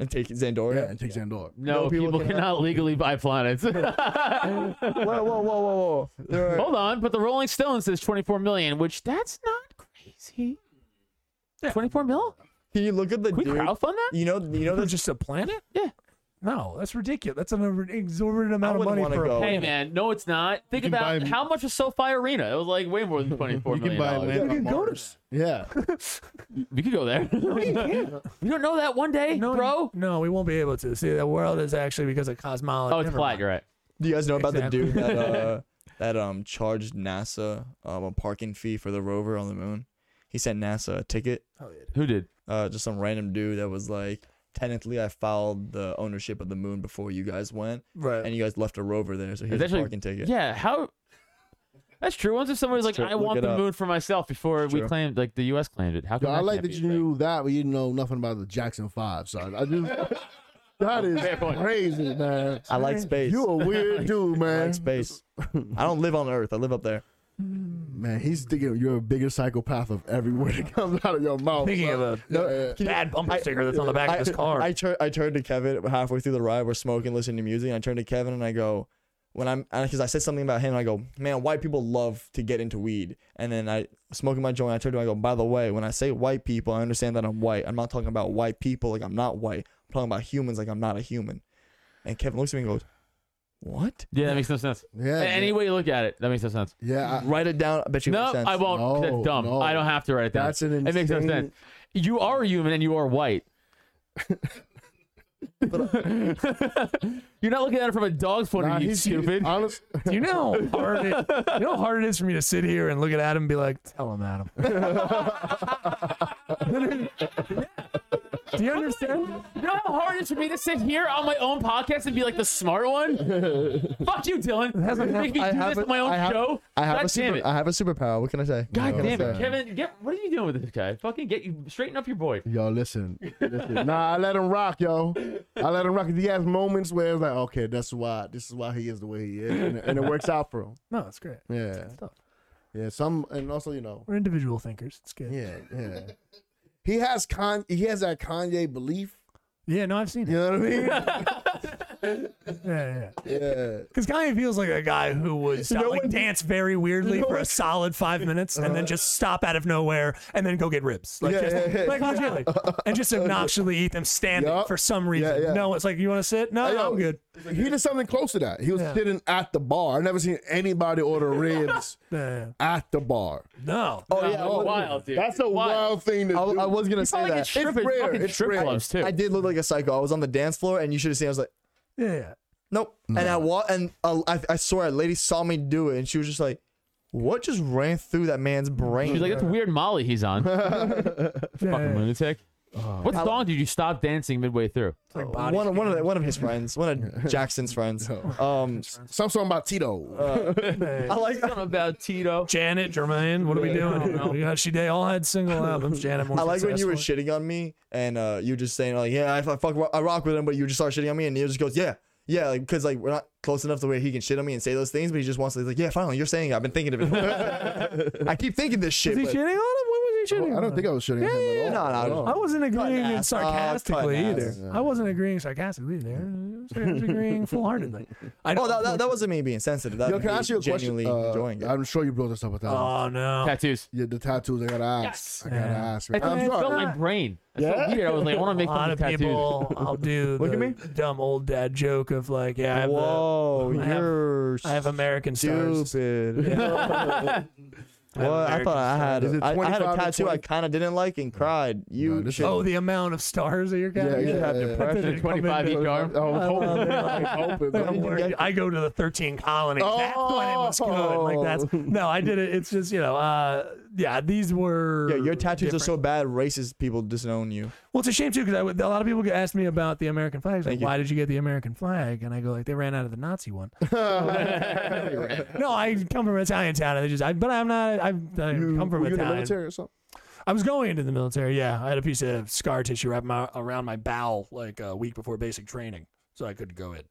D: And take Zandoria.
F: Yeah, and take Zandor.
C: no, people, cannot legally buy planets.
D: Whoa, whoa, whoa, whoa, whoa! There are-
C: Hold on, but the Rolling Stones says 24 million, which that's not crazy. 24 mil?
D: Can you look at the
C: Can we
D: dude?
C: crowdfund that?
D: You know, you
B: They're
D: know the
B: Oh, just a planet?
C: Yeah.
B: No, that's ridiculous. That's an over- exorbitant
D: I
B: amount of
D: wouldn't
B: money
D: wanna
B: for a
D: go.
C: Hey
B: planet.
C: man, no, it's not. Think
E: You can
C: about
E: buy-
C: how much was SoFi Arena. It was like way more than 24
E: You
C: million.
E: can buy
C: dollars.
E: land on
B: can go to-
E: Mars.
F: Yeah.
C: We could go there. we don't know that one day,
B: No,
C: bro.
B: No, we won't be able to. See, the world is actually because of cosmology.
C: Oh, it's
B: Never
C: flat.
B: mind.
C: You're right.
D: Do you guys know about
B: Exactly.
D: the dude that uh, that um charged NASA um a parking fee for the rover on the moon? He sent NASA a ticket.
C: Who did?
D: Uh, just some random dude that was like, technically, I filed the ownership of the moon before you guys went,
B: Right.
D: and you guys left a rover there, so here's
C: It's
D: a
C: actually-
D: parking ticket.
C: Yeah. How? That's true. Once if somebody's like,
D: true.
C: I
D: Look
C: want
D: it
C: the
D: up.
C: moon for myself before we
D: true.
C: claimed, like the U.S. claimed it. How
F: Yo,
C: come?
F: I
C: that
F: like
C: can't be
F: that you
C: a thing?
F: knew that, but you didn't know nothing about the Jackson Five. So I just that is
C: Fair point.
F: crazy, man.
D: I like space.
F: You a weird dude,
D: I
F: man.
D: like space. I don't live on Earth. I live up there.
F: Man, he's thinking you're a bigger psychopath of every word that comes out of your mouth.
B: Thinking of a
F: Yeah, yeah.
B: bad bumper sticker that's on the back
D: I,
B: of his car.
D: I, tur- I turned to Kevin halfway through the ride. We're smoking, listening to music. And I turned to Kevin and I go, when I'm, because I said something about him. I go, man, white people love to get into weed. And then I smoking my joint. I turned to him. I go, by the way, when I say white people, I understand that I'm white. I'm not talking about white people like I'm not white. I'm talking about humans like I'm not a human. And Kevin looks at me and goes, what?
C: Yeah, that makes no sense.
F: Yeah,
C: Any way you look at it, that makes no sense.
F: yeah. I-
D: Write it down. I bet you it
C: No,
D: makes sense.
C: I won't. 'cause
F: No,
C: that's dumb.
F: no.
C: I don't have to write it down.
F: That's an
C: It makes no
F: insane-
C: sense. You are a human and you are white.
D: uh,
C: You're not looking at it from a dog's point
F: nah,
C: of view,
F: he's he's-
C: stupid.
F: Honest,
B: Do you know how hard it, you know how hard it is for me to sit here and look at Adam and be like, tell him, Adam. Do you understand?
C: You know how hard it is for me to sit here on my own podcast and be like the smart one? Fuck you, Dylan.
D: I have-
C: Make me
D: I
C: do
D: have
C: this
D: a-
C: on my own
D: I have-
C: show.
D: I have,
C: God
D: a
C: damn
D: super,
C: it.
D: I have a superpower. What can I say?
C: God
D: What can I
C: damn it,
D: say?
C: Kevin! Get what are you doing with this guy? Fucking get you straighten up your boy.
F: yo, listen, listen. Nah, I let him rock, yo. I let him rock. He has moments where it's like, okay, that's why. This is why he is the way he is, and, and it works out for him.
B: No, it's great.
F: Yeah,
B: Stuff.
F: yeah. Some, and also, you know,
B: We're individual thinkers. It's good. Yeah,
F: yeah, yeah. He has con. He has that Kanye belief.
B: no, I've seen
F: You
B: it.
F: know what I mean?
B: Yeah, yeah.
F: Yeah.
B: Because Kanye feels like a guy who would stop,
F: know
B: like,
F: what-
B: dance very weirdly for a solid five minutes and then just stop out of nowhere and then go get ribs. Like,
F: Uh-huh. Yeah,
B: just,
F: yeah, yeah.
B: like legitly. and just obnoxiously eat them standing
F: Yup.
B: for some reason.
F: yeah.
B: No, it's like, you want to sit? No,
F: Hey, yo,
B: I'm good.
F: He did something close to that. He was
B: Yeah.
F: sitting at the bar. I've never seen anybody order ribs
B: Yeah, yeah.
F: at the bar.
B: No.
D: Oh, yeah.
C: That's
D: I was-
C: wild, dude.
F: That's a
C: Wild.
F: wild thing to
D: I,
F: do.
D: I was going to say
C: Probably
D: that.
C: get strip at
F: rare,
C: fucking
F: it's
C: strip
F: rare.
C: clubs too.
D: I did look like a psycho. I was on the dance floor, and you should have seen. I was like,
B: Yeah, yeah.
D: nope. And I
C: Mm.
D: walked, and uh, I, I swear, a lady saw me do it, and she was just like, "What just ran through that man's brain?"
C: She's like, that's weird Molly he's on. Fucking lunatic.
F: Oh.
C: What song did you stop dancing midway through?
B: Like body
D: one, of- one of the- one of his friends, one of Jackson's friends. Um,
F: Some song about Tito.
D: I like
C: Something about Tito.
B: Janet, Jermaine, what are we doing? We got she they all had single albums. Janet, more
D: I like when you were
B: successful.
D: shitting on me, and uh, you were just saying like, "Yeah, I, I fuck, I rock with him," but you just start shitting on me, and he just goes, "Yeah." Yeah, like, cause like we're not close enough to where he can shit on me and say those things, but he just wants to like, yeah, finally, you're saying it. I've been thinking of it. I keep thinking this shit.
B: Was he
D: but-
B: shitting on him? When was wasn't shooting.
F: I
B: at
F: don't
B: him.
F: think I was shooting him
B: Yeah,
F: at all.
D: yeah,
F: at
D: no, no.
F: all.
B: I wasn't agreeing
D: ass. Oh,
B: sarcastically
D: cutting
B: either.
D: ass,
F: yeah.
B: I wasn't agreeing sarcastically either. I was agreeing full heartedly. I
D: Oh,
B: don't.
D: that, that, that wasn't me being sensitive. That
F: Yo, can I ask you a
D: genuinely
F: question? Uh,
D: enjoying it.
F: I'm sure you brought this up with that. one.
B: oh no.
C: Tattoos.
F: yeah, the tattoos. I gotta ask. I gotta
B: Yeah.
F: ask.
C: I
F: I'm
B: think-
C: felt
F: sorry.
C: my brain. I felt
F: Yeah?
C: weird. I was like, I want to
B: a
C: make fun
B: lot
C: of
B: of
C: tattoos.
B: people. I'll do
D: Look
B: the
D: at me.
B: dumb old dad joke of like, yeah, I have, the,
D: Whoa,
B: I have-
D: you're
B: I have American stars.
D: stupid.
B: I have
D: Well, I
B: American
D: thought I had
F: Is it
D: I, I had a
F: 25 or
D: tattoo I
F: 20?
D: kind of didn't like and cried. You
F: No, this is-
D: should
B: Oh, the amount of stars that you're
F: Yeah,
B: getting.
F: yeah, yeah.
B: Did it come
C: 25
B: into-
C: each arm.
F: I was hoping. I was hoping.
B: Like, I'm
F: Don't worry.
B: worried. I go to the 13 colonies. That's when it was good. Like that's no, I did it. It's just you know, uh, yeah, these were.
D: Yeah, your tattoos
B: different.
D: are so bad, racist people disown you.
B: Well, it's a shame too because a lot of people get asked me about the American flags. Like,
D: Thank you.
B: why did you get the American flag? And I go like, they ran out of the Nazi one. no, I come from an Italian town. And they just, I, but I'm not. I, I come from
F: Were you in the
B: Italian.
F: military or something?
B: I was going into the military. Yeah, I had a piece of scar tissue wrapped my, around my bowel like a week before basic training, so I couldn't go in.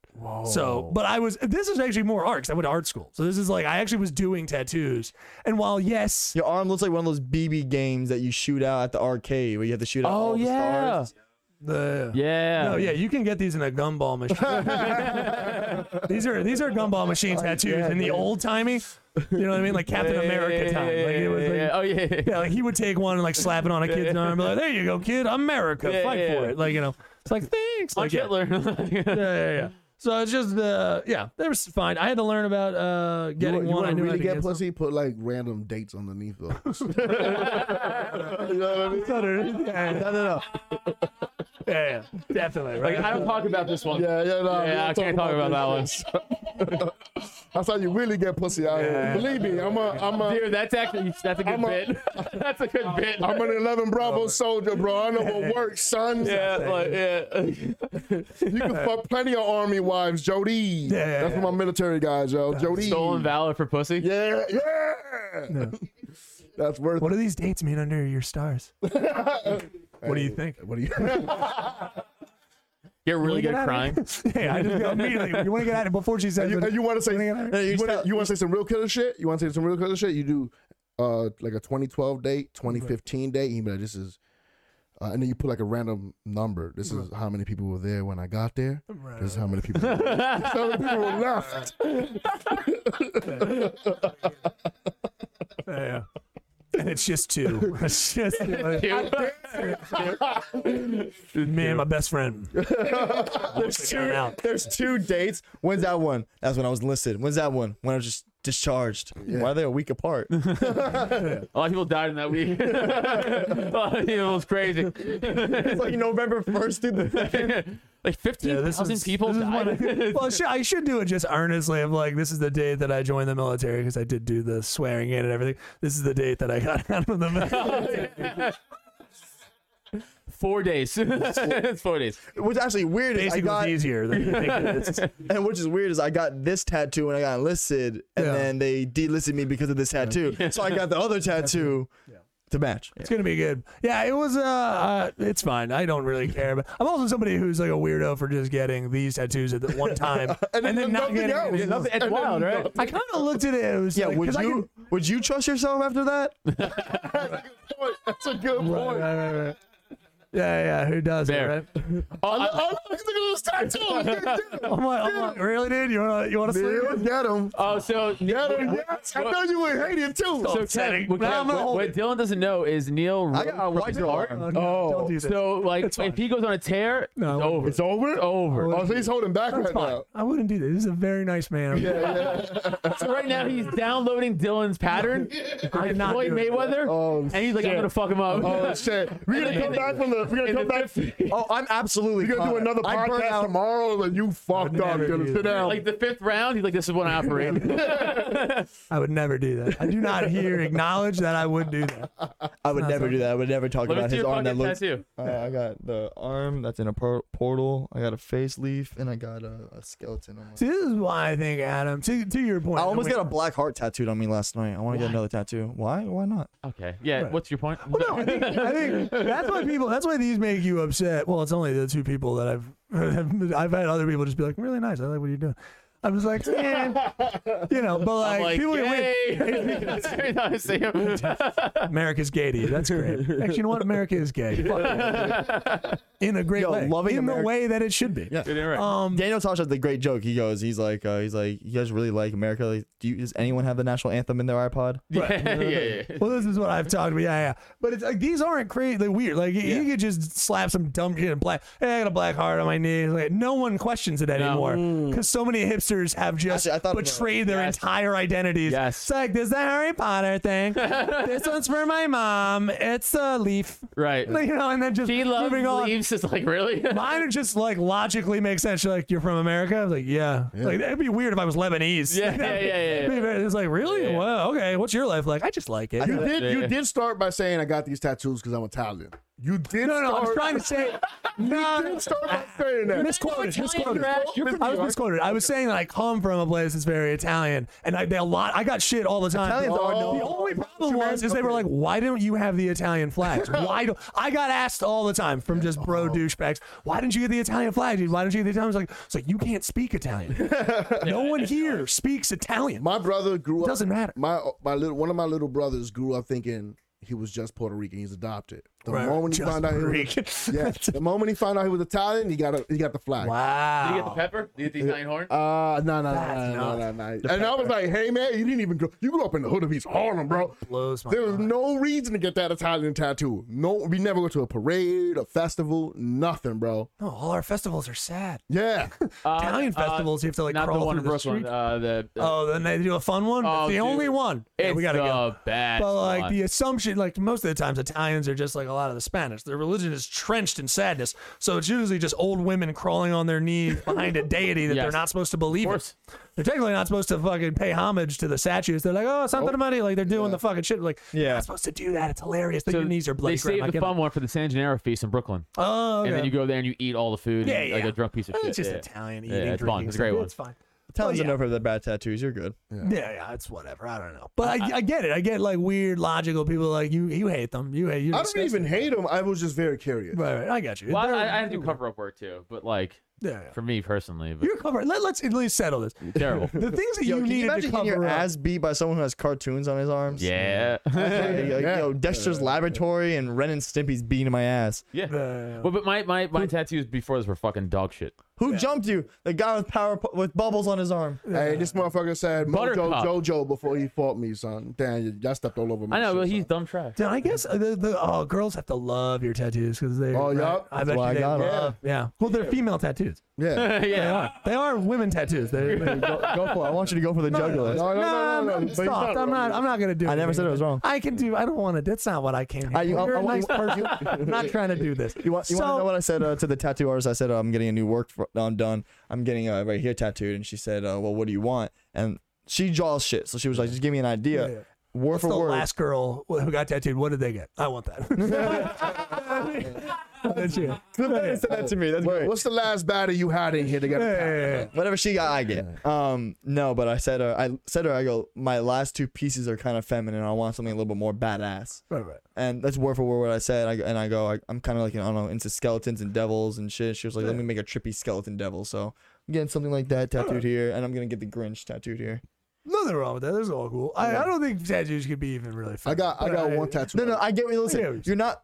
B: So, but I was. This is actually more art 'cause I went to art school. So this is like I actually was doing tattoos. And while yes,
D: Your arm looks like one of those BB games that you shoot out at the arcade where you have to shoot out all
C: Oh
D: the
C: yeah.
D: stars.
B: the
C: Yeah.
B: No, yeah, you can get these in a gumball machine. these are these are gumball machine tattoos in the old timey. You know what I mean? Like Captain
C: Yeah,
B: America
C: yeah,
B: time.
C: yeah,
B: Like it was
C: yeah,
B: like,
C: yeah. Oh yeah.
B: yeah, like he would take one and like slap it on a kid's arm and be like, There you go, kid, America,
C: Yeah,
B: fight
C: yeah,
B: for
C: yeah.
B: it. Like, you know. It's like thanks.
C: Punch
B: Like, yeah.
C: Hitler.
B: yeah, yeah, yeah. So it's just uh, yeah, that was fine. I had to learn about uh
F: You,
B: getting
F: want- you
B: one.
F: want
B: I
F: to
B: knew how
F: really
B: to
F: get,
B: get
F: pussy? Put like random dates underneath those. you know what I mean?
B: some. Yeah, yeah,
D: No, no, no.
B: yeah, definitely. Right.
C: like I don't talk about this one.
F: Yeah, yeah, no. we
C: Yeah,
F: don't
C: I can't talk about that one.
F: That's how you really get pussy out here. Believe me, I'm a, I'm a,
C: Dude, that's actually that's a good
F: I'm a-
C: bit. that's a good bit.
F: I'm an 11 Bravo soldier, bro. I know what works, son.
C: yeah, like, yeah.
F: You can fuck plenty of army wives, Jody.
B: yeah,
F: That's
B: yeah.
F: for my military guys, yo. Jody.
C: Stolen valor for pussy.
F: Yeah, yeah. That's worth
B: what do these dates mean under your stars? what do you think?
F: it. What do you?
C: Get really
B: Wanna get
C: good
B: out of
C: crying.
B: here? yeah, I just go immediately. You want to get out of before she says
F: you,
B: it.
F: you want to say?
D: No, you
F: You want
D: tell-
F: to you wanna say some real killer shit? You want to say some real killer shit? You do uh like a 2012 date, 2015 date. You be like, this is, uh, and then you put like a random number. This is how many people were there when I got there. This is how many people. this is how many people were left?
B: Yeah. And it's just two. It's just me and my best friend. There's two. Out.
D: There's two dates. When's that one? That's when I was enlisted. When's that one? When I was just discharged. Why are they a week apart?
C: A lot of people died in that week. a lot of people it was crazy.
D: it's like November 1st through the
C: like
B: Yeah,
C: fifteen
B: this
C: thousand
B: is-
C: people
B: this is what I,
C: died.
B: well, should, I should do it just earnestly. Of like, this is the date that I joined the military because I did do the swearing in and everything. This is the date that I got out of the military.
C: four days. it's four days.
D: What's actually weird is I
B: Basically,
D: got
B: it's easier than you think it is.
D: And which is weird is I got this tattoo when I got enlisted, and
B: Yeah.
D: then they delisted me because of this tattoo. So I got the other tattoo to match.
B: It's gonna be good. Yeah, it was. Uh, uh, it's fine. I don't really care. But I'm also somebody who's like a weirdo for just getting these tattoos at the one time and, then not
F: nothing
B: getting
F: else.
B: anything else.
F: Nothing-
C: It's wild, right?
B: I kind of looked at it. it was
D: Yeah,
B: like-
D: would
B: 'cause I
D: you
B: could-
D: would you trust yourself after that?
F: That's a good point.
B: Right, right, right, right. Yeah, yeah. Who does
C: Fair.
B: it? Right?
C: Oh, I-
F: Oh, look at this tattoo. Look at this tattoo.
B: I'm like, I'm like, really, dude? You wanna, you wanna sleep?
F: Yeah,
B: with-
F: Get him.
C: oh, so
F: Get him. Yes. I know you would hate it too.
C: So
B: upsetting.
C: Kev, what,
B: Nah,
C: Kev-
B: I'm gonna
C: what-
B: hold
C: what
B: it.
C: Dylan doesn't know is Neil
D: I got a
C: wrote his
D: white
C: art.
D: alarm.
B: Oh, no,
F: Oh.
B: don't do this.
C: So like,
B: fine.
C: if he goes on a tear,
B: No,
C: it's
B: I wouldn't
C: over.
F: It's over.
C: It's over.
F: Oh, so he's holding back
B: That's
F: right
B: fine.
F: now.
B: I wouldn't do this. This is a very nice man.
C: So right now he's downloading Dylan's pattern,
B: I'm not
C: Floyd
B: doing it.
C: Mayweether,
F: Oh,
C: and he's like, I'm gonna fuck him up.
F: Oh shit! We're gonna come back from the. We're gonna
C: In the
F: come back.
C: fifth-
D: Oh, I'm absolutely.
F: We're gonna do
D: confident.
F: another
D: I burn
F: podcast
D: out-
F: tomorrow, and you fucked
B: never
F: up. Dylan.
B: do
F: Sit
B: that.
F: down.
C: like the fifth round, he's like, this is when I operate.
B: I would never do that. I do not here acknowledge that I would do that.
D: I would never do that. I would never talk
C: Let me
D: about
C: see
D: his
C: your
D: arm that
C: fucking
D: looks.
C: tattoo.
D: Uh, I got the arm that's in a por- portal. I got a face leaf, and I got a, a skeleton. On my-
B: See, this is why I think Adam. To, to your point,
D: I almost
B: wait.
D: got a black heart tattooed on me last night. I want to get another tattoo. Why? Why not?
C: Okay. Yeah. What's your point?
B: Well, no, I think, I think that's why people. That's why these make you upset. Well, it's only the two people that I've I've had other people just be like, really nice. I like what you're doing. I'm just like, eh. you know, but like,
C: I'm like,
B: people who win.
C: yay! Every time I see him.
B: America's gay to you. That's great. Actually, you know what? America is gay. Fuck. in a great
D: Yo,
B: way.
D: loving
B: in the
D: America-
B: way that it should be.
D: Yeah.
C: You're right.
B: Um,
D: Daniel Tosh had the great joke. He goes, he's like, uh, he's like, you guys really like America. Like, do you, does anyone have the national anthem in their iPod?
C: yeah, yeah, yeah.
B: well, this is what I've talked about. Yeah, yeah. But it's like these aren't crazy like, weird. Like you could just slap some dumb shit and black. Hey, I got a black heart on my knee. Like no one questions it anymore because so many hipsters have just
D: Actually, I thought about that.
B: betrayed their
C: Yes.
B: entire identities.
C: Yes.
B: It's like there's that Harry Potter thing. this one's for my mom. It's a leaf.
C: Right.
B: You know, and then just
C: She loves
B: moving on.
C: leaves. It's like really.
B: Mine are just like logically makes sense. You're like, you're from America? I was like, yeah. Like, that'd be weird if I was Lebanese.
C: Yeah, yeah, yeah, yeah.
B: Be very- It's like, really?
C: Yeah.
B: Wow, okay. What's your life like? I just like it.
F: You did.
C: Yeah.
F: You did start by saying I got these tattoos because I'm Italian. You did.
B: no, no,
F: start,
B: I'm trying to say,
F: You
B: no.
F: did start by saying that.
B: Misquoted,
C: Italian
B: misquoted.
C: trash. You're from
B: I
C: New
B: was
C: York.
B: misquoted. I was saying that I come from a place that's very Italian, and I they a lot. I got shit all the time.
D: Italians are no-
B: The only problem
F: What you
B: was
F: mean?
B: is they were
F: Okay.
B: like, "Why don't you have the Italian flags? Why don't?" I got asked all the time from just bro douchebags, "Why didn't you get the Italian flag? dude? Why don't you get the Italian?" I was like, "It's like you can't speak Italian. no one here speaks Italian.
F: My brother grew up.
B: Doesn't matter."
F: My my little one of my little brothers grew up thinking he was just Puerto Rican. He's adopted. The
B: Right,
F: moment he
B: just
F: found out he was,
B: Rican.
F: yeah, the moment he found out he was Italian, he got a, he got the flag.
B: Wow.
C: Did you get the pepper? Did you get the Italian horn?
F: Uh, no, no,
B: That's
F: no, no,
B: nuts.
F: no, no. And I was like, hey, man, you didn't even grow. You grew up in the hood of East Harlem, bro.
B: blows my
F: There was
B: mind.
F: no reason to get that Italian tattoo. No, we never go to a parade, a festival, nothing, bro.
B: No, all our festivals are sad.
F: Yeah.
B: Italian
C: uh,
B: festivals, you have to like
C: Not
B: crawl
C: the one
B: through
C: in
B: the
C: Brooklyn.
B: street.
C: Uh, the uh,
B: Oh, then they do a fun one.
C: Oh,
B: it's the
C: dude.
B: only one. Yeah,
C: it's
B: we gotta
C: the
B: go.
C: best.
B: But like
C: one.
B: the assumption, like most of the times, Italians are just like a lot of the Spanish. Their religion is trenched in sadness, so it's usually just old women crawling on their knees behind a deity that they're
C: Yes.
B: not supposed to believe. in.
C: course.
B: They're technically not supposed to fucking pay homage to the statues. They're like, oh, Santa Maria, like they're doing the fucking shit. Like, yeah,
D: Yeah.
B: not supposed to do that. It's hilarious. Like,
C: So
B: your knees are bloody.
C: They saved
B: grandma,
C: the
B: get
C: fun
B: them.
C: one for the San Gennaro feast in Brooklyn,
B: Oh,
C: and
B: okay.
C: then you go there and you eat all the food.
B: Yeah,
C: and, Like
B: yeah.
C: a drunk piece of shit.
B: It's just
C: yeah.
B: Italian
C: Yeah,
B: eating,
C: it's fun.
B: drinking.
C: It's a great
B: stuff.
C: one.
B: It's fine.
D: Italians
B: yeah.
D: are known for their bad tattoos. You're good.
B: Yeah, yeah, it's whatever. I don't know, but I, I get it. I get like weird, logical people like you. You hate them. You hate. You
F: I don't even hate him. I was just very curious.
B: Right, right. I got you.
C: Well,
B: They're-
C: I, I have to do cover up work too, but like
B: yeah, yeah.
C: for me personally, but
B: You're covered. Let, let's at least settle this.
C: terrible.
B: The things that
D: Yo,
B: you
D: can you
B: need to
D: imagine
B: cover
D: getting your
B: up.
D: ass beat by someone who has cartoons on his arms?
C: Yeah.
D: Like, like, Yo, Dexter's Laboratory and Ren and Stimpy's beating my ass.
C: yeah.
B: Uh,
C: Well, but my, my, my tattoos before this were fucking dog shit.
D: Who jumped you? The guy with power pu- with bubbles on his arm.
F: Hey, this motherfucker said Mojo
C: uh, Buttercup.
F: Jojo before he fought me, son. Damn, y'all stepped all over me.
C: I know, but he's dumb trash.
B: dude, I guess the, the oh girls have to love your tattoos because they.
F: Oh, yup.
B: I
D: That's
B: bet
D: why
B: you
D: I
B: they
D: got 'em.
B: love. Yeah. Well, they're female tattoos.
F: Yeah.
B: They
C: yeah.
B: are. They are women tattoos. They're,
D: Go, go for it. I want you to go for the jugular.
F: No, no,
B: I'm
F: no, no, no.
B: not
F: But he's
B: soft. I'm not. I'm not gonna do.
D: I never
B: anything
D: said it
B: with
D: was wrong.
B: I can do. I don't want to. That's not what I came. Here.
D: I- you- I-
B: You're a
D: I
B: nice
D: want-
B: person. I'm not trying to do this.
D: You want, you
B: so,
D: want to know what I said uh, to the tattoo artist? I said "Oh, I'm getting a new work fr- I'm done. I'm getting uh, right here tattooed, and she said, uh, "Well, what do you want?" And she draws shit, so she was like, "Just give me an idea."
B: Yeah, yeah.
D: Word
B: What's
D: for
B: the
D: word.
B: last girl who got tattooed? What did they get? I want that. That's you.
D: The man said that to me. That's
F: Wait,
D: great.
F: what's the last battle you had in here that got attacked?
B: Hey.
D: Whatever she got, I get. Um, no, but I said, uh, I said to her, I go, my last two pieces are kind of feminine. I want something a little bit more badass.
B: Right, right.
D: And that's word for word what I said. I, and I go, I, I'm kind of like, I don't know, into skeletons and devils and shit. She was like, let me make a trippy skeleton devil. So I'm getting something like that tattooed here, and I'm gonna get the Grinch tattooed here.
B: Nothing wrong with that. This is all cool. I, I don't think tattoos could be even really fun.
F: I got I
B: but
F: got one tattoo.
D: No, no, I get what
B: I get
D: you
B: what
D: listen.
B: you're
D: You're not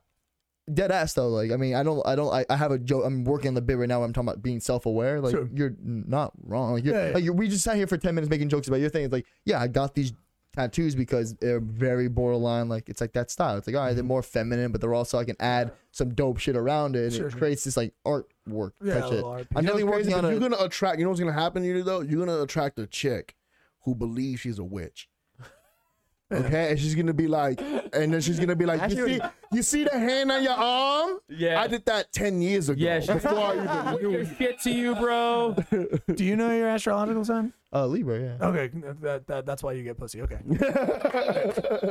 D: dead ass though. Like, I mean, I don't, I don't, I, I have a joke. I'm working on the bit right now. Where I'm talking about being self aware. Like,
B: Sure.
D: you're not wrong. Like, you're,
B: Yeah, yeah.
D: like you're, we just sat here for ten minutes making jokes about your thing. It's like, yeah, I got these tattoos because they're very borderline. Like, it's like that style. It's like, all right,
F: Mm-hmm.
D: they're more feminine, but they're also I can add some dope shit around it. And
B: Sure,
D: it
B: sure.
D: creates this like artwork.
B: Yeah, a
D: type shit.
B: little art
D: I'm
F: You know
D: definitely
F: what's
D: working
F: crazy?
D: on
F: But
D: a.
F: You're gonna attract. You know what's gonna happen to you though? You're gonna attract a chick who believes she's a witch. Okay, and she's gonna be like, and then she's gonna be like, you see, you see the hand on your arm?
C: Yeah.
F: I did that ten years ago.
C: Yeah, she-
F: before I even knew.
C: You're shit to you, bro.
B: Do you know your astrological sign?
D: uh, Libra, yeah.
B: Okay, that, that, that's why you get pussy. Okay.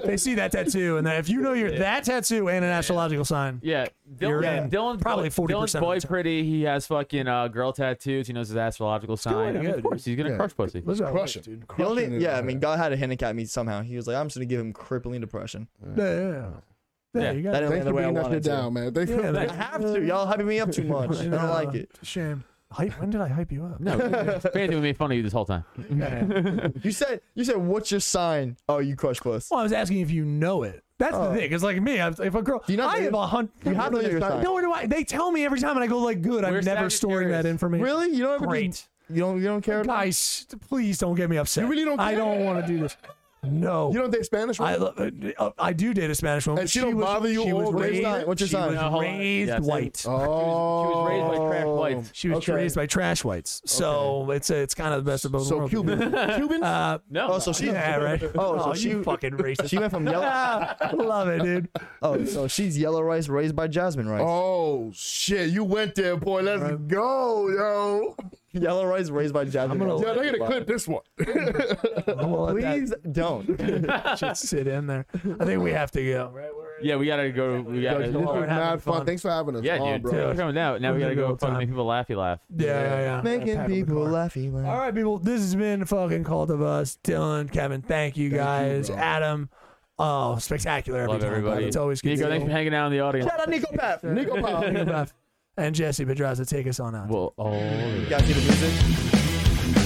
B: they see that tattoo, and then if you know you're that tattoo and an astrological sign,
C: Yeah,
B: You're
C: Dylan,
B: in.
C: Dylan Dylan's
B: Probably
C: boy-
B: 40%
C: Dylan's
B: of
C: boy
B: the time.
C: pretty. He has fucking uh, girl tattoos. He knows his astrological
B: way
C: sign.
B: to
C: I mean,
B: go,
C: of course, he's gonna
F: Yeah.
C: crush pussy.
B: let's go.
F: Crush it.
D: The
F: Crush
D: only,
F: it.
D: yeah, I mean, God had a handicap me somehow. He was like, I'm just gonna give him crippling depression.
B: Yeah, yeah, yeah. Yeah,
C: Yeah.
B: you got
D: That
B: it.
D: didn't
F: Thanks
D: land the
F: for
D: way I
F: being that
D: wanted
F: shit
D: to.
F: down, man. Thanks
B: Yeah,
F: for
B: that-
D: I have to. Y'all hyping me up too much. I don't like it.
B: It's a shame. Hype? When did I hype you up?
C: No, Fancy, we made fun of you this whole time.
D: You said you said what's your sign? Oh, you crush puss.
B: Well, I was asking if you know it. That's the thing. It's like me. I'm, if a girl,
D: Oh. Do you
B: I
D: not know
B: have
D: your-
B: a hundred.
D: You have to know your sign.
B: Nor do I. They tell me every time, and I go like, "Good." I'm
C: We're
B: never storing
C: Sagittarius.
B: that information.
D: Really? You don't ever
B: Great.
D: Do, you don't you don't care about
B: Guys, please don't get me upset.
F: You really don't
B: I
F: care?
B: don't want to do this. No.
F: You don't date Spanish
B: I
F: women?
B: love. Uh, I do date a Spanish woman.
F: And
B: but
F: she don't
B: was-
F: bother you
B: She was
F: all day?
B: raised,
D: What's your sign? What's your
B: she
D: sign? Oh,
B: was
C: No, hold on.
B: raised
C: Yeah, same.
B: white.
C: She was raised by trash
F: Oh.
C: whites.
B: She was
F: okay.
B: raised by trash whites. So it's a, it's kind of the best of both
F: oh. So
B: worlds.
F: Cuban. Cuban?
B: Uh,
C: No.
D: Oh, so she
B: yeah, right.
D: Oh, so
B: you
D: she-
B: fucking racist.
D: she went from yellow.
B: Ah, love it, dude.
D: Oh, so she's yellow rice raised by jasmine rice.
F: oh, shit. You went there, boy. Let's go, yo.
D: Yellow rice raised by jasmine.
B: gonna-
D: rice.
F: Yo, they gonna clip this one.
B: We'll let that-
D: Please don't.
B: just sit in there. I think we have to go. Right,
C: yeah, we gotta go. We gotta.
F: This
B: Y'all are
F: was
B: having
F: mad
B: fun.
F: fun. Thanks for having us
C: yeah,
F: on,
C: dude.
F: bro.
C: We're coming down. Now we gotta go
B: Good
C: fucking
B: time.
C: make people laughy laugh.
B: Yeah, yeah, yeah. Pack
D: Making
B: up the
D: people
B: car.
D: laughy. laugh.
B: All right, people. This has been fucking Cult of Us. Dylan, Kevin, thank you guys.
F: bro.
B: Adam, oh, spectacular every
C: Love
B: time.
C: everybody.
B: It's always good.
C: Nico,
B: to
C: thanks
B: see
C: for hanging out in the audience.
D: Shout out Nico Pap.
B: you.
D: Nico Pap.
B: Nico Pap. and Jesse Pedraza, take us on out.
C: Well, oh.
D: You guys see the music?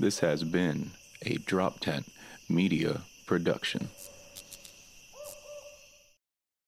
A: This has been a Drop Tent Media Production.